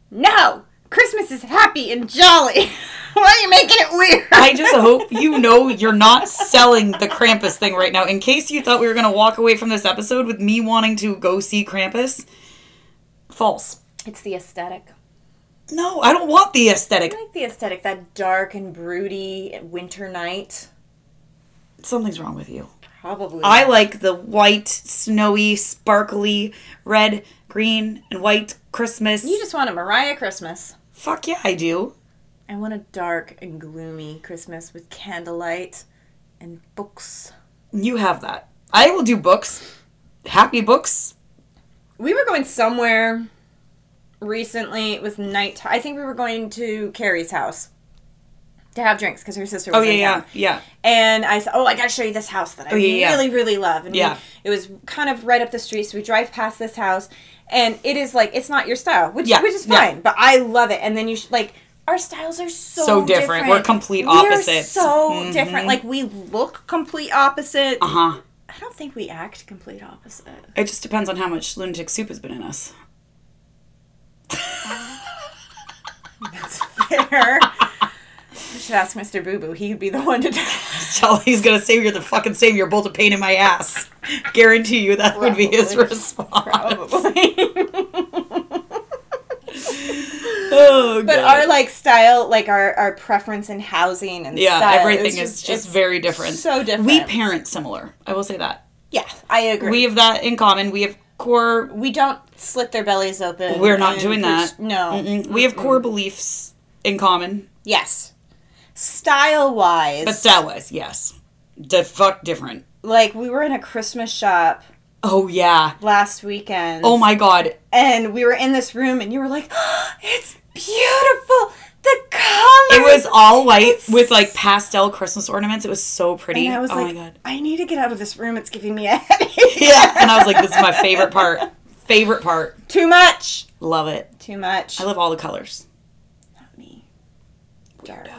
No! Christmas is happy and jolly! Why are you making it weird? I just hope you know you're not selling the Krampus thing right now. In case you thought we were gonna walk away from this episode with me wanting to go see Krampus, false. It's the aesthetic. No, I don't want the aesthetic. I like the aesthetic, that dark and broody winter night. Something's wrong with you. Probably. I like the white, snowy, sparkly, red, green, and white Christmas. you just want a Mariah Christmas. Fuck yeah, I do. I want a dark and gloomy Christmas with candlelight and books. You have that. I will do books. Happy books. we were going somewhere recently. It was night. I think we were going to Carrie's house to have drinks because her sister was. Oh yeah, in yeah, town. yeah. And I said, "Oh, I gotta show you this house that I yeah, yeah. really, really love." And we- Yeah. it was kind of right up the street, so we drive past this house, and it is like it's not your style, which Yeah, which is yeah. fine, but I love it. And then you sh- like. Our styles are so, So different. We're complete opposites. Mm-hmm. We're so different. Like we look complete opposite. Uh huh. I don't think we act complete opposite. It just depends on how much lunatic soup has been in us. That's fair. We should ask Mr. Boo Boo. He'd be the one to tell us. Charlie's gonna say you're the fucking same. You're both a pain in my ass. Guarantee you that would be his Probably. response. but Oh, God. our like style, like our, our preference in housing and yeah, style everything is it's just, very different. so different. We parent similar. I will say that. yeah, I agree. We have that in common. We have core We don't slit their bellies open. We're not and doing preach- that. No. Mm-mm. we have core beliefs in common, Yes. Style wise. but style wise, yes, the fuck different. like we were in a Christmas shop Oh yeah. last weekend. Oh my god. And we were in this room, and you were like, "Oh, "It's beautiful. The colors." It was all white It's- with like pastel Christmas ornaments. It was so pretty. And I was oh like, my god. "I need to get out of this room. It's giving me a headache. Yeah. And I was like, this is my favorite part. Favorite part. Too much. Love it. Too much." I love all the colors. Not me. Dark,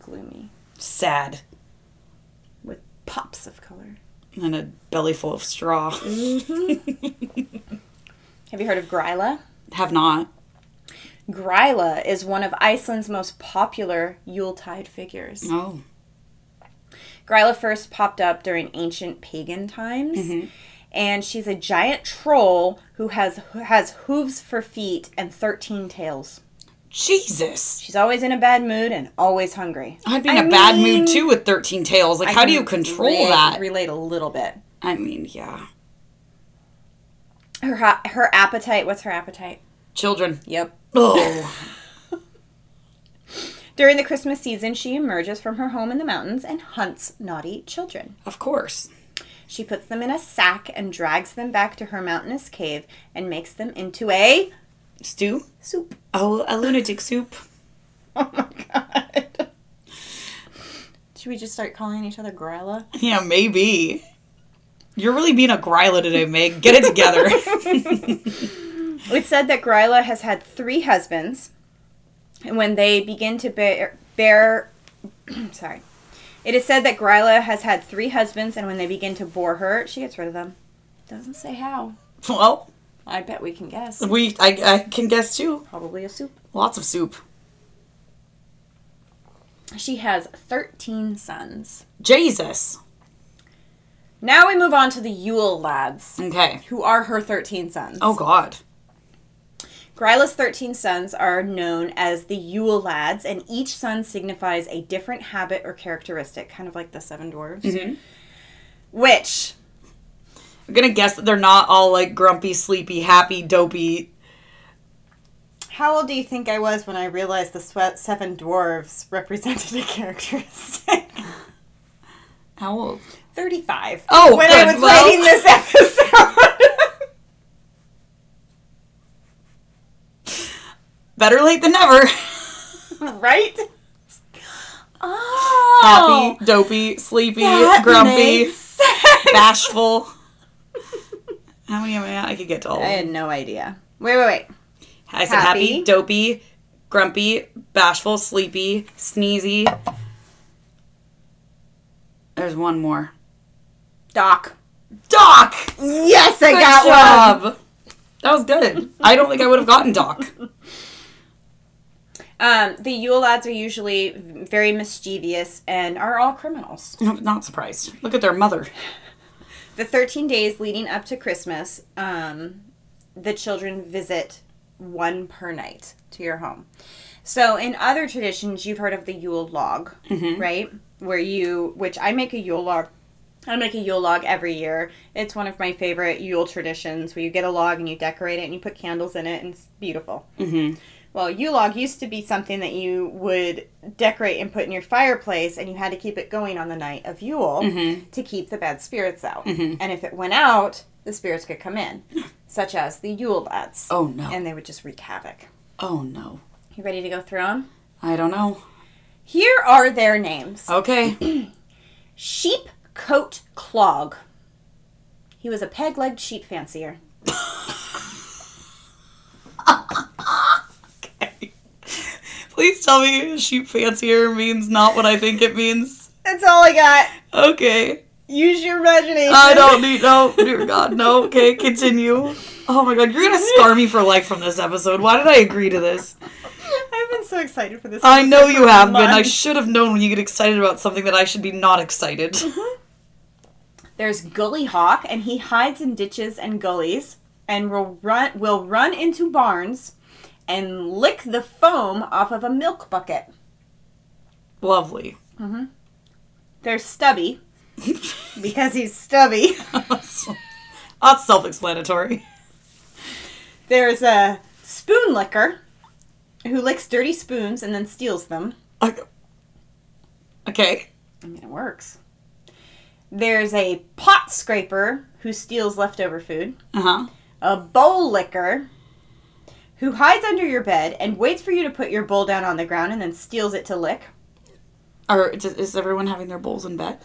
gloomy, Sad. with pops of color. And a belly full of straw. Have you heard of Gryla? Have not. Gryla is one of Iceland's most popular Yuletide figures. Oh. Gryla first popped up during ancient pagan times, Mm-hmm. and she's a giant troll who has who has hooves for feet and thirteen tails. Jesus. She's always in a bad mood and always hungry. I'd be in I a bad mean- mood too with 13 tails. Like, how do you control Re- that? Relate a little bit. I mean, yeah. Her ha- her appetite. What's her appetite? Children. Yep. Oh. During the Christmas season, she emerges from her home in the mountains and hunts naughty children. of course. She puts them in a sack and drags them back to her mountainous cave and makes them into a Stew? soup. Oh, a lunatic soup. Oh my god. Should we just start calling each other Gryla? Yeah, maybe. You're really being a Gryla today, Meg. Get it together. It's said that Gryla has had three husbands, and when they begin to bear, bear sorry. It is said that Gryla has had three husbands, and when they begin to bore her, she gets rid of them. Doesn't say how. well, I bet we can guess. we I, I can guess too. Probably a soup. Lots of soup. She has 13 sons. Jesus. Now we move on to the Yule lads. Okay. who are her 13 sons. Oh God. Gryla's 13 sons are known as the Yule lads, and each son signifies a different habit or characteristic, kind of like the seven dwarves. Mm-hmm. Which, I'm gonna guess that they're not all like grumpy, sleepy, happy, dopey. how old do you think I was when I realized the swe- seven dwarves represented a characteristic? How old? 35. Oh, when I good. was Well- writing this episode. Better late than never. right? Oh. Happy, dopey, sleepy, that grumpy, makes sense. bashful. How many am I at? I could get to all. I I, had no idea. Wait, wait, wait. I said happy. happy. dopey, grumpy, bashful, sleepy, sneezy. There's one more. Doc. Doc. Yes, I Good got one. job. That was good. I don't think I would have gotten Doc. Um, the Yule lads are usually very mischievous and are all criminals. I'm not surprised. Look at their mother. The 13 days leading up to Christmas, um, the children visit one per night to your home. So, in other traditions, you've heard of the Yule log, right? Where you, which I make a Yule log. I make a Yule log every year. It's one of my favorite Yule traditions where you get a log and you decorate it and you put candles in it and it's beautiful. Well, U log used to be something that you would decorate and put in your fireplace, and you had to keep it going on the night of Yule to keep the bad spirits out. And if it went out, the spirits could come in, such as the Yule lads. Oh no. And they would just wreak havoc. oh no. You ready to go through them? I don't know. Here are their names Okay. Sheep Coat Clog. He was a peg legged sheep fancier. Please tell me sheep fancier means not what I think it means. That's all I got. Okay. Use your imagination. I don't need no. Dear God, no. Okay, continue. Oh my God, you're gonna scar me for life from this episode. Why did I agree to this? I've been so excited for this. I know you have been. I months. should have known when you get excited about something that I should be not excited. There's Gully Hawk, and he hides in ditches and gullies, and will run will run into barns, and lick the foam off of a milk bucket. Lovely. There's Stubby, because he's stubby. That's self-explanatory. There's a spoon licker who licks dirty spoons and then steals them. Okay. I mean, it works. There's a pot scraper who steals leftover food. Uh huh. A bowl licker who hides under your bed and waits for you to put your bowl down on the ground and then steals it to lick. Or is, is everyone having their bowls in bed?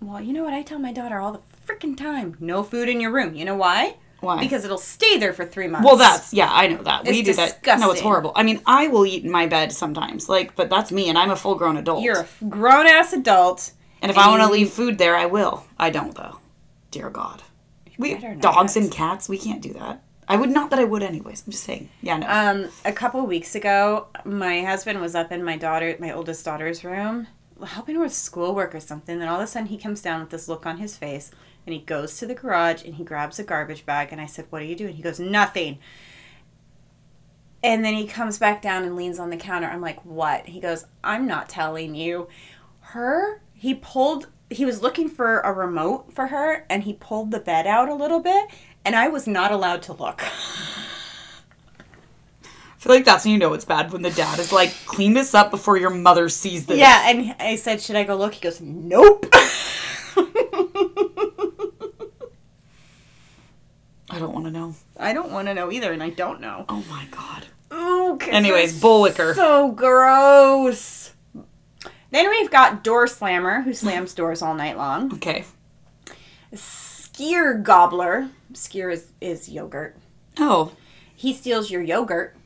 Well, you know what I tell my daughter all the freaking time? No food in your room. You know why? Why? Because it'll stay there for three months. well, that's yeah, I know that we It's do that. No, it's disgusting. horrible. I mean, I will eat in my bed sometimes, like, but that's me, and I'm a full grown adult. You're a grown ass adult. and if I want to and- leave food there, I will. I don't though. Dear God, we better not. dogs and cats, we can't do that. I would not that I would anyways. I'm just saying. Yeah, no. Um, a couple weeks ago, my husband was up in my daughter, my oldest daughter's room, helping her with schoolwork or something. And all of a sudden, he comes down with this look on his face, and he goes to the garage and he grabs a garbage bag. And I said, "What are you doing?" He goes, "Nothing." And then he comes back down and leans on the counter. I'm like, "What?" He goes, "I'm not telling you." Her, he pulled. He was looking for a remote for her, and he pulled the bed out a little bit, and I was not allowed to look. I feel like that's when you know it's bad when the dad is like, clean this up before your mother sees this. Yeah, and I said, "Should I go look?" He goes, "Nope." I don't want to know. I don't want to know either, and I don't know. Oh my God. Okay. Anyways, bull liquor. so gross. Then we've got door slammer who slams doors all night long. Okay. Skier gobbler. Skier is is yogurt. Oh. He steals your yogurt.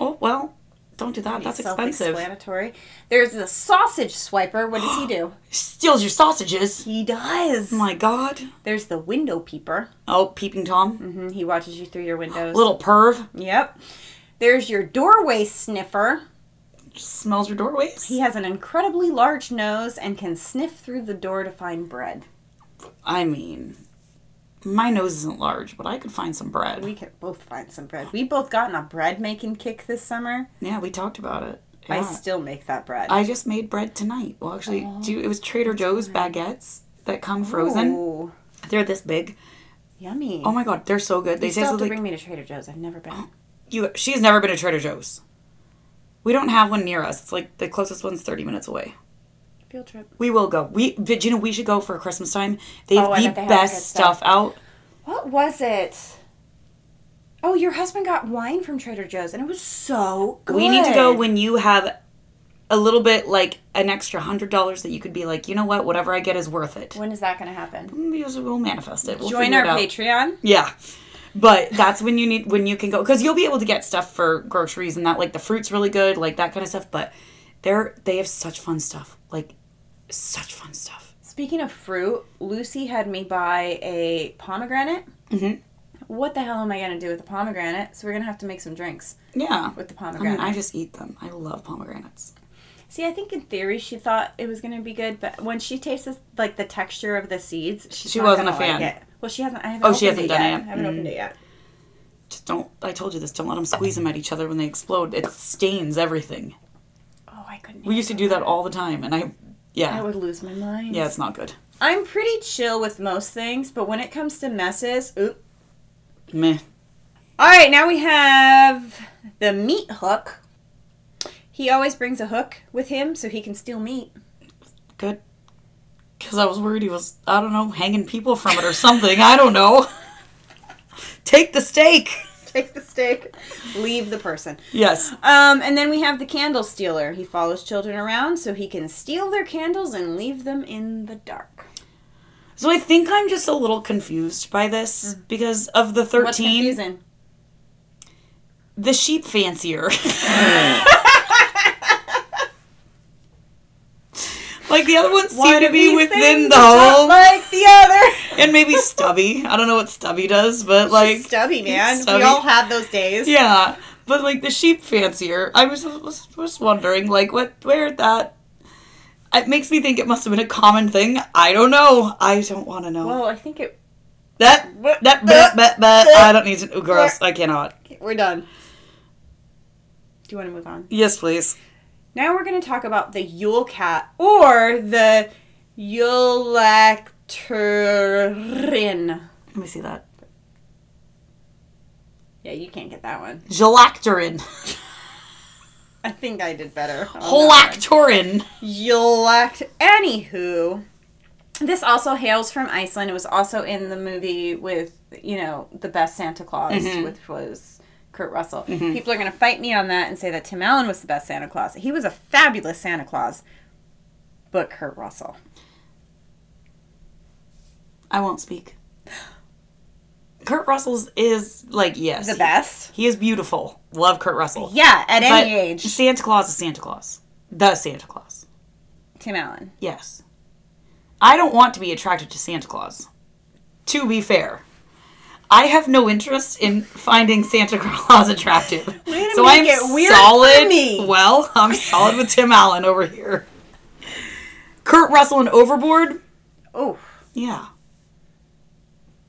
Oh well. Don't do that. That's expensive. Self-explanatory. There's the sausage swiper. What does he do? Steals your sausages. He does. Oh my God. There's the window peeper. Oh, peeping tom. hmm He watches you through your windows. Little perv. Yep. There's your doorway sniffer. Smells your doorways. He has an incredibly large nose and can sniff through the door to find bread. I mean, my nose isn't large, but I could find some bread. We could both find some bread. We both got in a bread making kick this summer. yeah, we talked about it. I Yeah. still make that bread. I just made bread tonight. Well, actually, Oh, do you- it was Trader Joe's baguettes that come frozen. Ooh, They're this big. yummy. Oh my god, they're so good. They you still taste have to like bring me to Trader Joe's. I've never been. you. She's never been to Trader Joe's. We don't have one near us. It's like the closest one's thirty minutes away. Field trip. We will go. We, but you know, we should go for Christmas time. They Oh, have I the bet they have good best stuff. stuff out. What was it? Oh, your husband got wine from Trader Joe's, and it was so good. We need to go when you have a little bit, like an extra hundred dollars that you could be like, you know what, whatever I get is worth it. When is that going to happen? We'll we'll manifest it. We'll Join figure our it out. Patreon. Yeah. But that's when you need when you can go because you'll be able to get stuff for groceries and that like the fruit's really good like that kind of stuff. But they're they have such fun stuff like such fun stuff. Speaking of fruit, Lucy had me buy a pomegranate. Mhm. What the hell am I gonna do with a pomegranate? So we're gonna have to make some drinks Yeah, with the I mean pomegranate. Um, I just eat them. I love pomegranates. See, I think in theory she thought it was gonna be good, but when she tasted like the texture of the seeds, she's She not wasn't gonna a fan. Like it. Well, she hasn't. I haven't Oh, she opened hasn't done it yet. yet. Mm. I haven't opened it yet. Just don't. I told you this. Don't let them squeeze them at each other when they explode. It stains everything. Oh, I couldn't. We used to do that all the time, and I I yeah would lose my mind. yeah it's not good. I'm pretty chill with most things, but when it comes to messes, oop. Meh. All right, now we have the meat hook. He always brings a hook with him so he can steal meat. Good. Because I was worried he was, I don't know, hanging people from it or something. I don't know. Take the steak. Take the steak, leave the person. Yes. Um, and then we have the candle stealer. He follows children around so he can steal their candles and leave them in the dark. So I think I'm just a little confused by this because of the Mm. What's 13, confusing? the sheep fancier. like the other ones seem to be within the home like the other. and maybe stubby. I don't know what stubby does, but like. stubby man. Stubby. We all have those days. Yeah, but like the sheep fancier. I was was, was wondering like what where that. It makes me think it must have been a common thing. I don't know. I don't want to know. Well, I think it. that what- that uh, but but but I don't need to. Oh, gross! I cannot. We're done. Do you want to move on? Yes, please. Now we're going to talk about the Yule cat or the Yulactrin. Let me see that. Yeah, you can't get that one. Gelactorin. I think I did better. on that Oh, one. Holactorin. Yolact. Anywho, this also hails from Iceland. It was also in the movie with, you know, the best Santa Claus, which was Kurt Russell. People are going to fight me on that and say that Tim Allen was the best Santa Claus. He was a fabulous Santa Claus, but Kurt Russell. I won't speak. Kurt Russell's is like yes. The best? He is beautiful. Love Kurt Russell. Yeah, at But any age. Santa Claus is Santa Claus. The Santa Claus. Tim Allen. Yes. I don't want to be attracted to Santa Claus. To be fair. I have no interest in finding Santa Claus attractive. to so make I'm it weird for solid. me. Well, I'm solid with Tim Allen over here. Kurt Russell and Overboard? Oh. Yeah.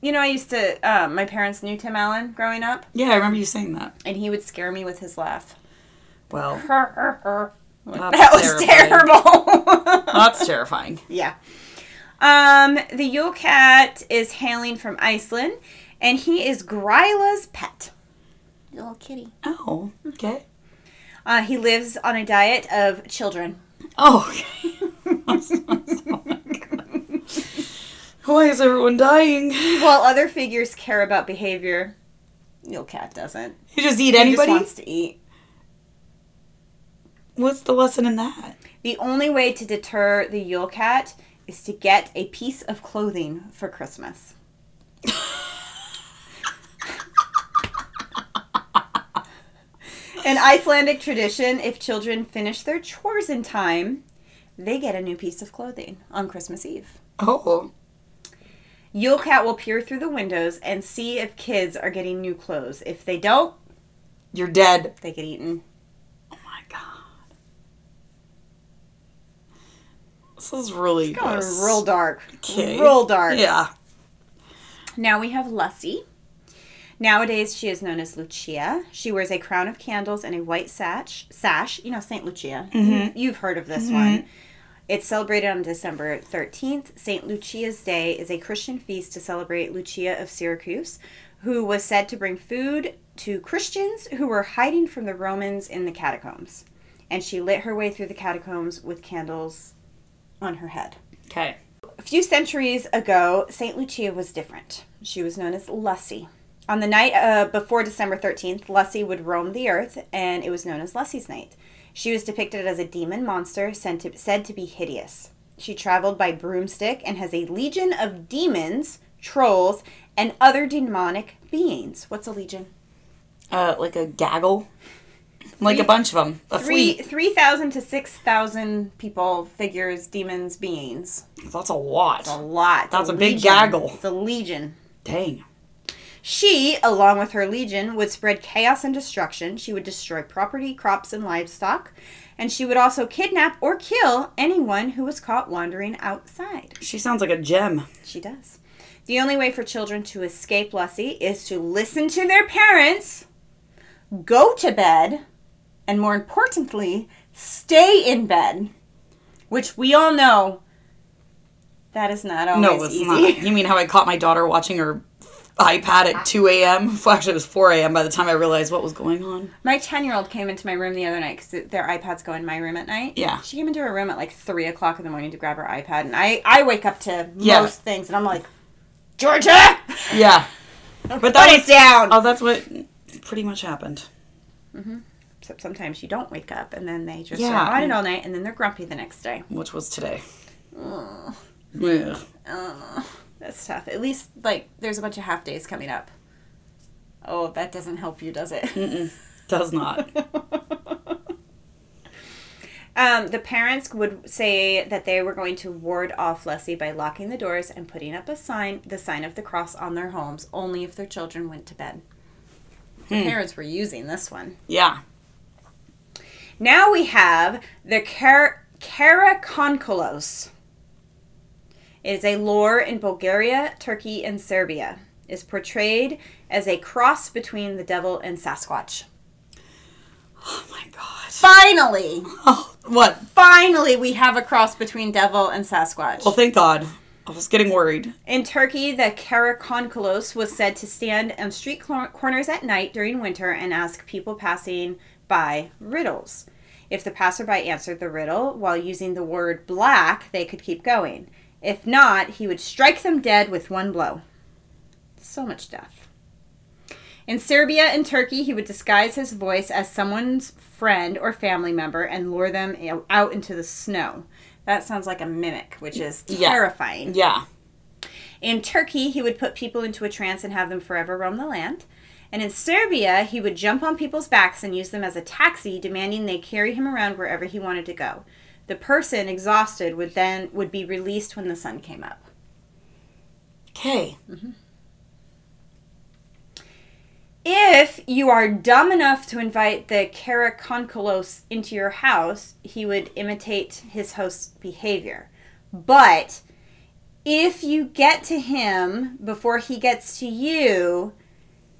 You know, I used to, um, my parents knew Tim Allen growing up, Yeah, I remember you saying that. and he would scare me with his laugh. that Well, that's was terrible. That's terrifying. Yeah. Um, the Yule Cat is hailing from Iceland, and he is Gryla's pet. Little kitty. Oh, okay. Uh, he lives on a diet of children. Oh, okay. Why is everyone dying? You While other figures care about behavior, Yule Cat doesn't. just eat He just anybody? wants to eat. What's the lesson in that? The only way to deter the Yule Cat is to get a piece of clothing for Christmas. In Icelandic tradition, if children finish their chores in time, they get a new piece of clothing on Christmas Eve. Oh. Yule Cat will peer through the windows and see if kids are getting new clothes. If they don't, You're dead. they get eaten. Oh my god. This is really Going gross. real dark. Okay. Real dark. Yeah. Now we have Lussie. Nowadays, she is known as Lucia. She wears a crown of candles and a white sash. Sash, you know, Saint Lucia. You- You've heard of this one. It's celebrated on December 13th. Saint Lucia's Day is a Christian feast to celebrate Lucia of Syracuse, who was said to bring food to Christians who were hiding from the Romans in the catacombs. And she lit her way through the catacombs with candles on her head. Okay. A few centuries ago, St. Lucia was different. She was known as Lussie. On the night uh, before December 13th, Lussie would roam the earth, and it was known as Lussie's Night. She was depicted as a demon monster sent to, said to be hideous. She traveled by broomstick and has a legion of demons, trolls, and other demonic beings. What's a legion? Uh, like a gaggle. Like a bunch of them. A Three fleet. 3,000 to 6,000 people, figures, demons, beings. That's a lot. A lot. It's That's a big legion. gaggle. It's a legion. Dang. She, along with her legion, would spread chaos and destruction. She would destroy property, crops, and livestock. And she would also kidnap or kill anyone who was caught wandering outside. She sounds like a gem. She does. The only way for children to escape Lussie is to listen to their parents, go to bed, and more importantly, stay in bed. Which we all know that is not always No, it's easy. not. You mean how I caught my daughter watching her iPad at 2 a.m.? Well, Actually, it was 4 a.m. by the time I realized what was going on. My 10 year old came into my room the other night because their iPads go in my room at night. Yeah. She came into her room at like 3 o'clock in the morning to grab her iPad. And I, I wake up to Yeah. most things and I'm like, Georgia! Yeah. But that Put was- it down! Oh, that's what pretty much happened. Except sometimes you don't wake up and then they just Yeah. are on it all night and then they're grumpy the next day. Which was today. Yeah. Ugh, that's tough. At least, like, there's a bunch of half days coming up. Oh, that doesn't help you, does it? Does not. Um, the parents would say that they were going to ward off Leslie by locking the doors and putting up a sign, the sign of the cross, on their homes, only if their children went to bed. The parents were using this one. Yeah. Now we have the Car- Karakonkolos. It is a lore in Bulgaria, Turkey, and Serbia. Is portrayed as a cross between the devil and Sasquatch. Oh my god. Finally, Oh, what? finally, we have a cross between devil and Sasquatch. Well, thank God. I was getting worried. In Turkey, the karakonkalos was said to stand on street cor- corners at night during winter and ask people passing by riddles. If the passerby answered the riddle while using the word black, they could keep going. If not, he would strike them dead with one blow. So much death. In Serbia and Turkey, he would disguise his voice as someone's friend or family member and lure them o- out into the snow. That sounds like a mimic, which is Yeah. terrifying. Yeah. In Turkey, he would put people into a trance and have them forever roam the land. And in Serbia, he would jump on people's backs and use them as a taxi, demanding they carry him around wherever he wanted to go. The person, exhausted, would then would be released when the sun came up. Okay. If you are dumb enough to invite the Karakonkalos into your house, he would imitate his host's behavior. But if you get to him before he gets to you,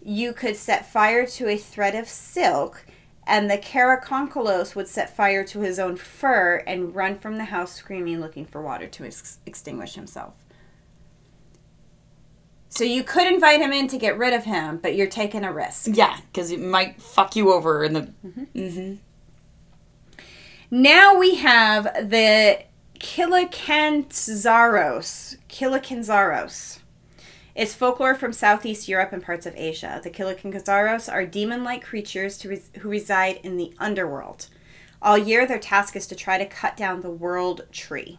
you could set fire to a thread of silk, and the Karakonkalos would set fire to his own fur and run from the house screaming, looking for water to ex- extinguish himself. So you could invite him in to get rid of him, but you're taking a risk. Yeah, because it might fuck you over in the. Now we have the Kilikantzaros. Kilikantzaros. It's folklore from Southeast Europe and parts of Asia. The Kilikantzaros are demon-like creatures to res- who reside in the underworld. All year, their task is to try to cut down the world tree.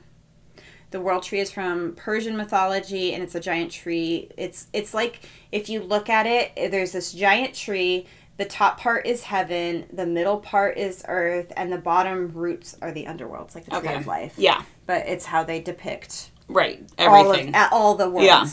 The world tree is from Persian mythology, and it's a giant tree. It's it's like if you look at it, there's this giant tree. The top part is heaven, the middle part is earth, and the bottom roots are the underworld. It's like the tree Okay. of life. Yeah. but it's how they depict Right. all Everything. of at all the worlds. Yeah.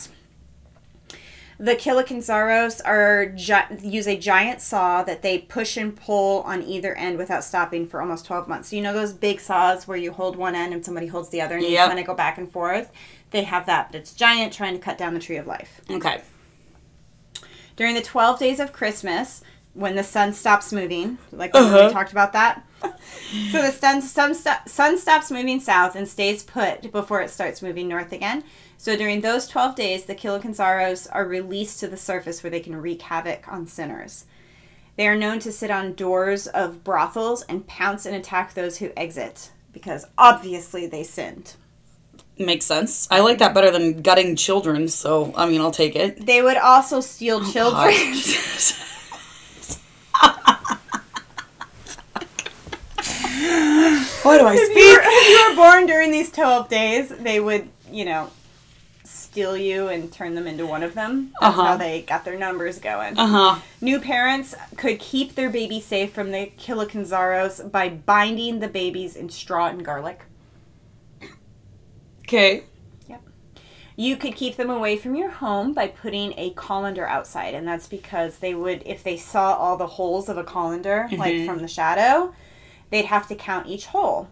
The Kilikanzaros are gi- use a giant saw that they push and pull on either end without stopping for almost twelve months. So you know those big saws where you hold one end and somebody holds the other and you Yep. kind of go back and forth. They have that, but it's giant trying to cut down the tree of life. okay. During the twelve days of Christmas, when the sun stops moving, like when Uh-huh. we talked about that. So the sun, sun, sto- sun stops moving south and stays put before it starts moving north again. So during those 12 days, the Kilikanzaros are released to the surface where they can wreak havoc on sinners. They are known to sit on doors of brothels and pounce and attack those who exit because obviously they sinned. Makes sense. I like that better than gutting children, so I mean, I'll take it. They would also steal children. Why do I if you, were, speak? if you were born during these 12 days, they would, you know, steal you and turn them into one of them. That's Uh-huh. how they got their numbers going. Uh huh. New parents could keep their baby safe from the Kilikanzaros by binding the babies in straw and garlic. Okay. You could keep them away from your home by putting a colander outside, and that's because they would, if they saw all the holes of a colander, like from the shadow, they'd have to count each hole.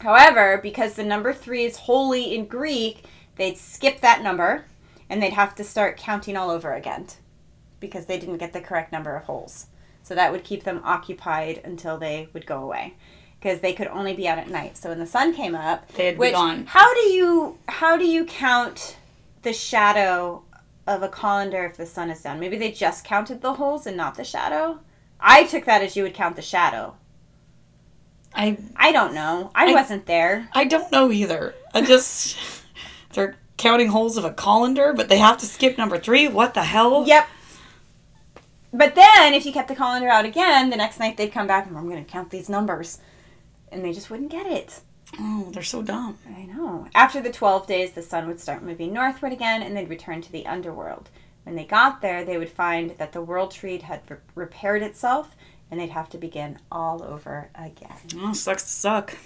However, because the number three is holy in Greek, they'd skip that number and they'd have to start counting all over again because they didn't get the correct number of holes. So that would keep them occupied until they would go away because they could only be out at night. So when the sun came up, They'd be which- gone. How do you how do you count the shadow of a colander if the sun is down? Maybe they just counted the holes and not the shadow. I took that as you would count the shadow. I I don't know. I, I- wasn't there. I don't know either. I just they're counting holes of a colander, but they have to skip number three. What the hell? Yep. But then, if you kept the colander out again, the next night they'd come back and I'm going to count these numbers. And they just wouldn't get it. Oh, they're so dumb. I know. After the 12 days, the sun would start moving northward again and they'd return to the underworld. When they got there, they would find that the world tree had re- repaired itself and they'd have to begin all over again. Oh, sucks to suck.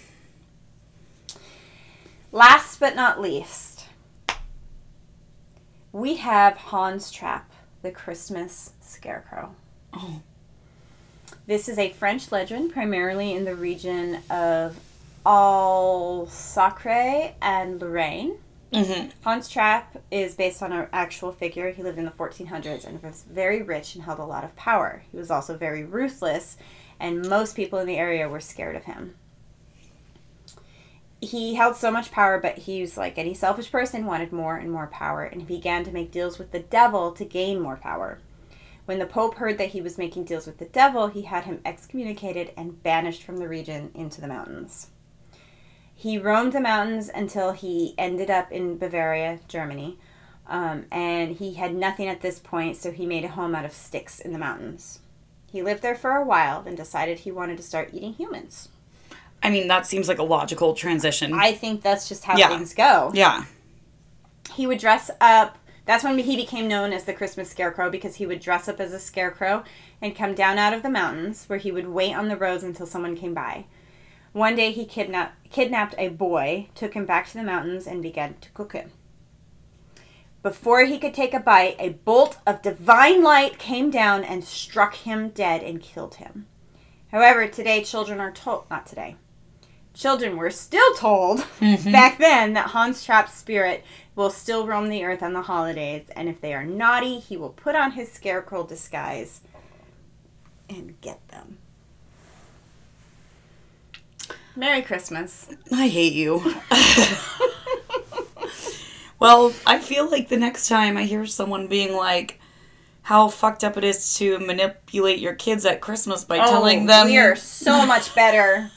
Last but not least, we have Hans Trap, the Christmas scarecrow. Oh. This is a French legend, primarily in the region of Alsacre and Lorraine. Mm-hmm. Hans Trap is based on an actual figure. He lived in the 1400s and was very rich and held a lot of power. He was also very ruthless, and most people in the area were scared of him. he held so much power, but he was like any selfish person wanted more and more power, and he began to make deals with the devil to gain more power. When the Pope heard that he was making deals with the devil, he had him excommunicated and banished from the region into the mountains. He roamed the mountains until he ended up in Bavaria, Germany, um, and he had nothing at this point, so he made a home out of sticks in the mountains. He lived there for a while, then decided he wanted to start eating humans. I mean, that seems like a logical transition. I think that's just how Yeah. things go. yeah. He would dress up. That's when he became known as the Christmas Scarecrow because he would dress up as a scarecrow and come down out of the mountains where he would wait on the roads until someone came by. One day he kidnapped kidnapped a boy, took him back to the mountains and began to cook him. Before he could take a bite, a bolt of divine light came down and struck him dead and killed him. However, today children are told not today. Children were still told back then that Hans Trapp's spirit will still roam the earth on the holidays, and if they are naughty, he will put on his scarecrow disguise and get them. Merry Christmas. I hate you. well, I feel like the next time I hear someone being like, how fucked up it is to manipulate your kids at Christmas by telling them. Oh, we are so much better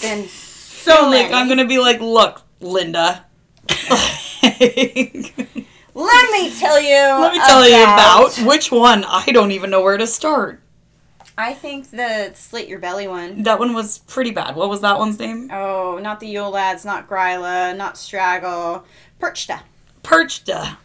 than so so many. like, I'm going to be like, look, Linda. Like, Let me tell you. let me tell you about which one. I don't even know where to start. I think the slit your belly one. That one was pretty bad. What was that one's name? Oh, not the Yule lads, not Gryla, not Straggle, Perchta. Perchta.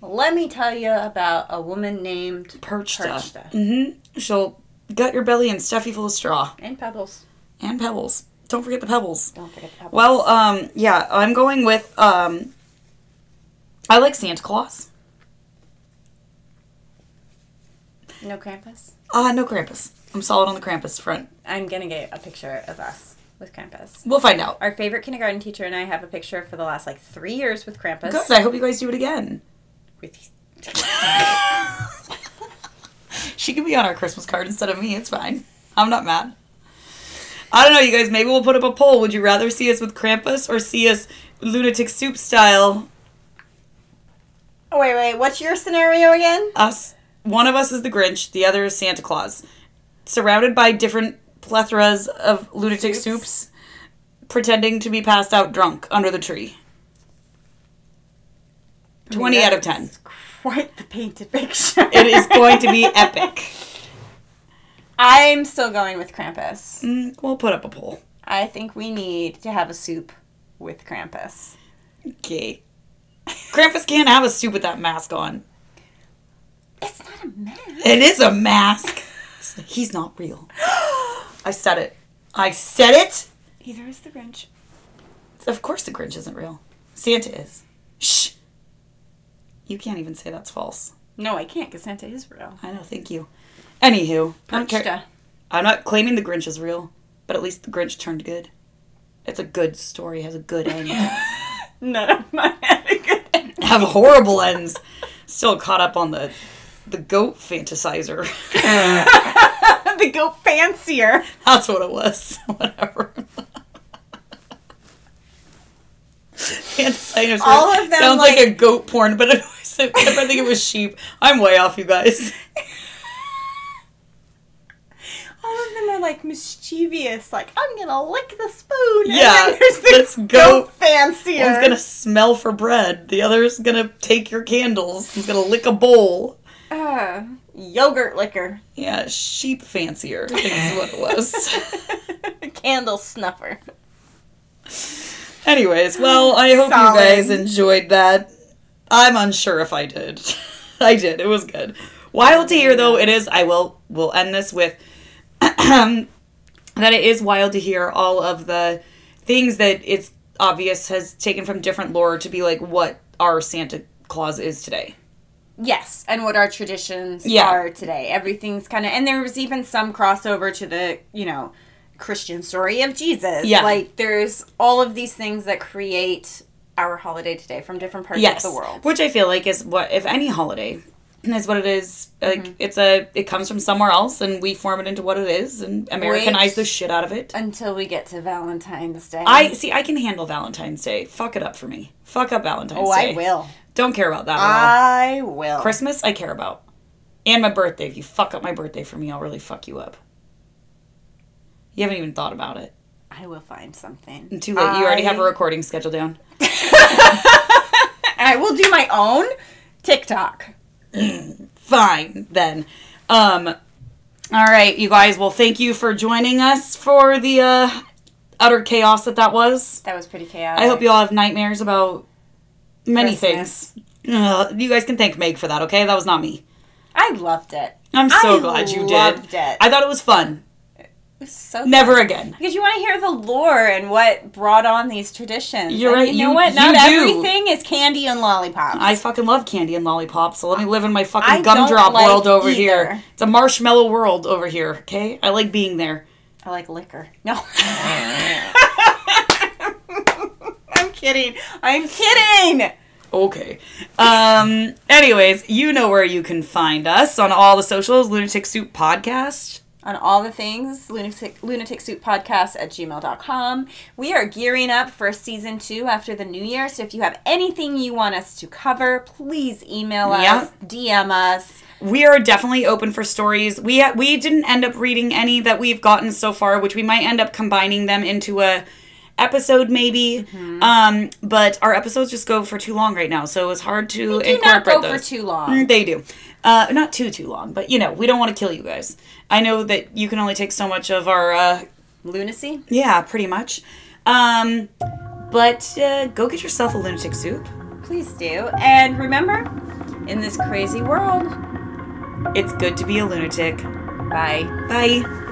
Let me tell you about a woman named Perchta. Perchta. Mm-hmm. She'll gut your belly and stuff you full of straw and Pebbles. and pebbles. Don't forget the pebbles. Don't forget the Pebbles. Well, um, yeah, I'm going with um, I like Santa Claus. no Krampus. Ah, no Krampus. I'm solid on the Krampus front. I'm gonna get a picture of us with Krampus. We'll find out. Our favorite kindergarten teacher and I have a picture for the last like three years with Krampus. Good. I hope you guys do it again. With- She can be on our Christmas card instead of me. It's fine. I'm not mad. I don't know, you guys. Maybe we'll put up a poll. Would you rather see us with Krampus or see us lunatic soup style? Oh, wait, wait. What's your scenario again? Us, one of us is the Grinch, the other is Santa Claus, surrounded by different plethoras of lunatic Soups. soups, pretending to be passed out drunk under the tree. Twenty out of ten. Quite the painted picture. It is going to be epic. I'm still going with Krampus. Mm, we'll put up a poll. I think we need to have a soup with Krampus. Okay. Krampus can't have a suit with that mask on. It's not a man. It is a mask. He's not real. I said it. I said it. Either is the Grinch. Of course the Grinch isn't real. Santa is. Shh. You can't even say that's false. No, I can't because Santa is real. I know, thank you. Anywho, I don't care. Perchta. I'm not claiming the Grinch is real, but at least the Grinch turned good. It's a good story, has a good end. None of mine had a good end. have horrible ends. Still caught up on the the goat fantasizer. the go fancier. That's what it was. Whatever. Fantasizers All of them, sounds like, like- a goat porn, but it was, I think it was sheep. I'm way off, you guys. All of them are like mischievous, like I'm gonna lick the spoon. Yeah, and then there's the this goat. fancier. One's gonna smell for bread. The other's gonna take your candles. He's gonna lick a bowl. Uh, yogurt liquor, Yeah, sheep fancier I think is what it was. candle snuffer. Anyways, well, I hope Solid. you guys enjoyed that. I'm unsure if I did. I did. It was good. Wild to hear though it is. I will will end this with that it is wild to hear all of the things that it's obvious has taken from different lore to be like what our Santa Claus is today. Yes, and what our traditions Yeah. are today. Everything's kind of, and there was even some crossover to the, you know, Christian story of Jesus. Yeah. Like, there's all of these things that create our holiday today from different parts Yes, of the world. which I feel like is what if any holiday is what it is. Mm-hmm. Like it's a it comes from somewhere else and we form it into what it is and Americanize Wait. the shit out of it. Until we get to Valentine's Day. I see I can handle Valentine's Day. Fuck it up for me. Fuck up Valentine's Oh, Day. I will. Uh, Don't care about that at all. I will. Christmas, I care about. And my birthday. If you fuck up my birthday for me, I'll really fuck you up. You haven't even thought about it. I will find something. Too late. You already have a I- recording schedule down. I will do my own TikTok. Fine, then. Um, all right, you guys. Well, thank you for joining us for the uh, utter chaos that that was. That was pretty chaotic. I hope you all have nightmares about many Christmas. things. Ugh, you guys can thank Meg for that, okay? That was not me. I loved it. I'm so I glad you did. loved it. I thought it was fun. It was so Never again. Because you want to hear the lore and what brought on these traditions. You're And right, You know you- what? you Not do. everything is candy and lollipops. I fucking love candy and lollipops, so let me live in my I fucking don't gumdrop like world over either. here. It's a marshmallow world over here, okay? I like being there. I like liquor. No. I'm kidding. I'm kidding. Okay. Um anyways, you know where you can find us on all the socials, Lunatic Soup Podcast. On all the things, lunatic, lunatic soup podcast at gmail.com. We are gearing up for season two after the new year. So if you have anything you want us to cover, please email us, Yeah. DM us. We are definitely open for stories. We ha- we didn't end up reading any that we've gotten so far, which we might end up combining them into a episode maybe. Mm-hmm. Um but our episodes just go for too long right now, so it's hard to Do not incorporate go those. for too long. Mm, They do. Uh, not too, too long, but you know, we don't want to kill you guys. I know that you can only take so much of our, uh, Lunacy? yeah, pretty much. Um, but uh, go get yourself a lunatic soup. Please do. And remember, in this crazy world, It's good to be a lunatic. bye. Bye.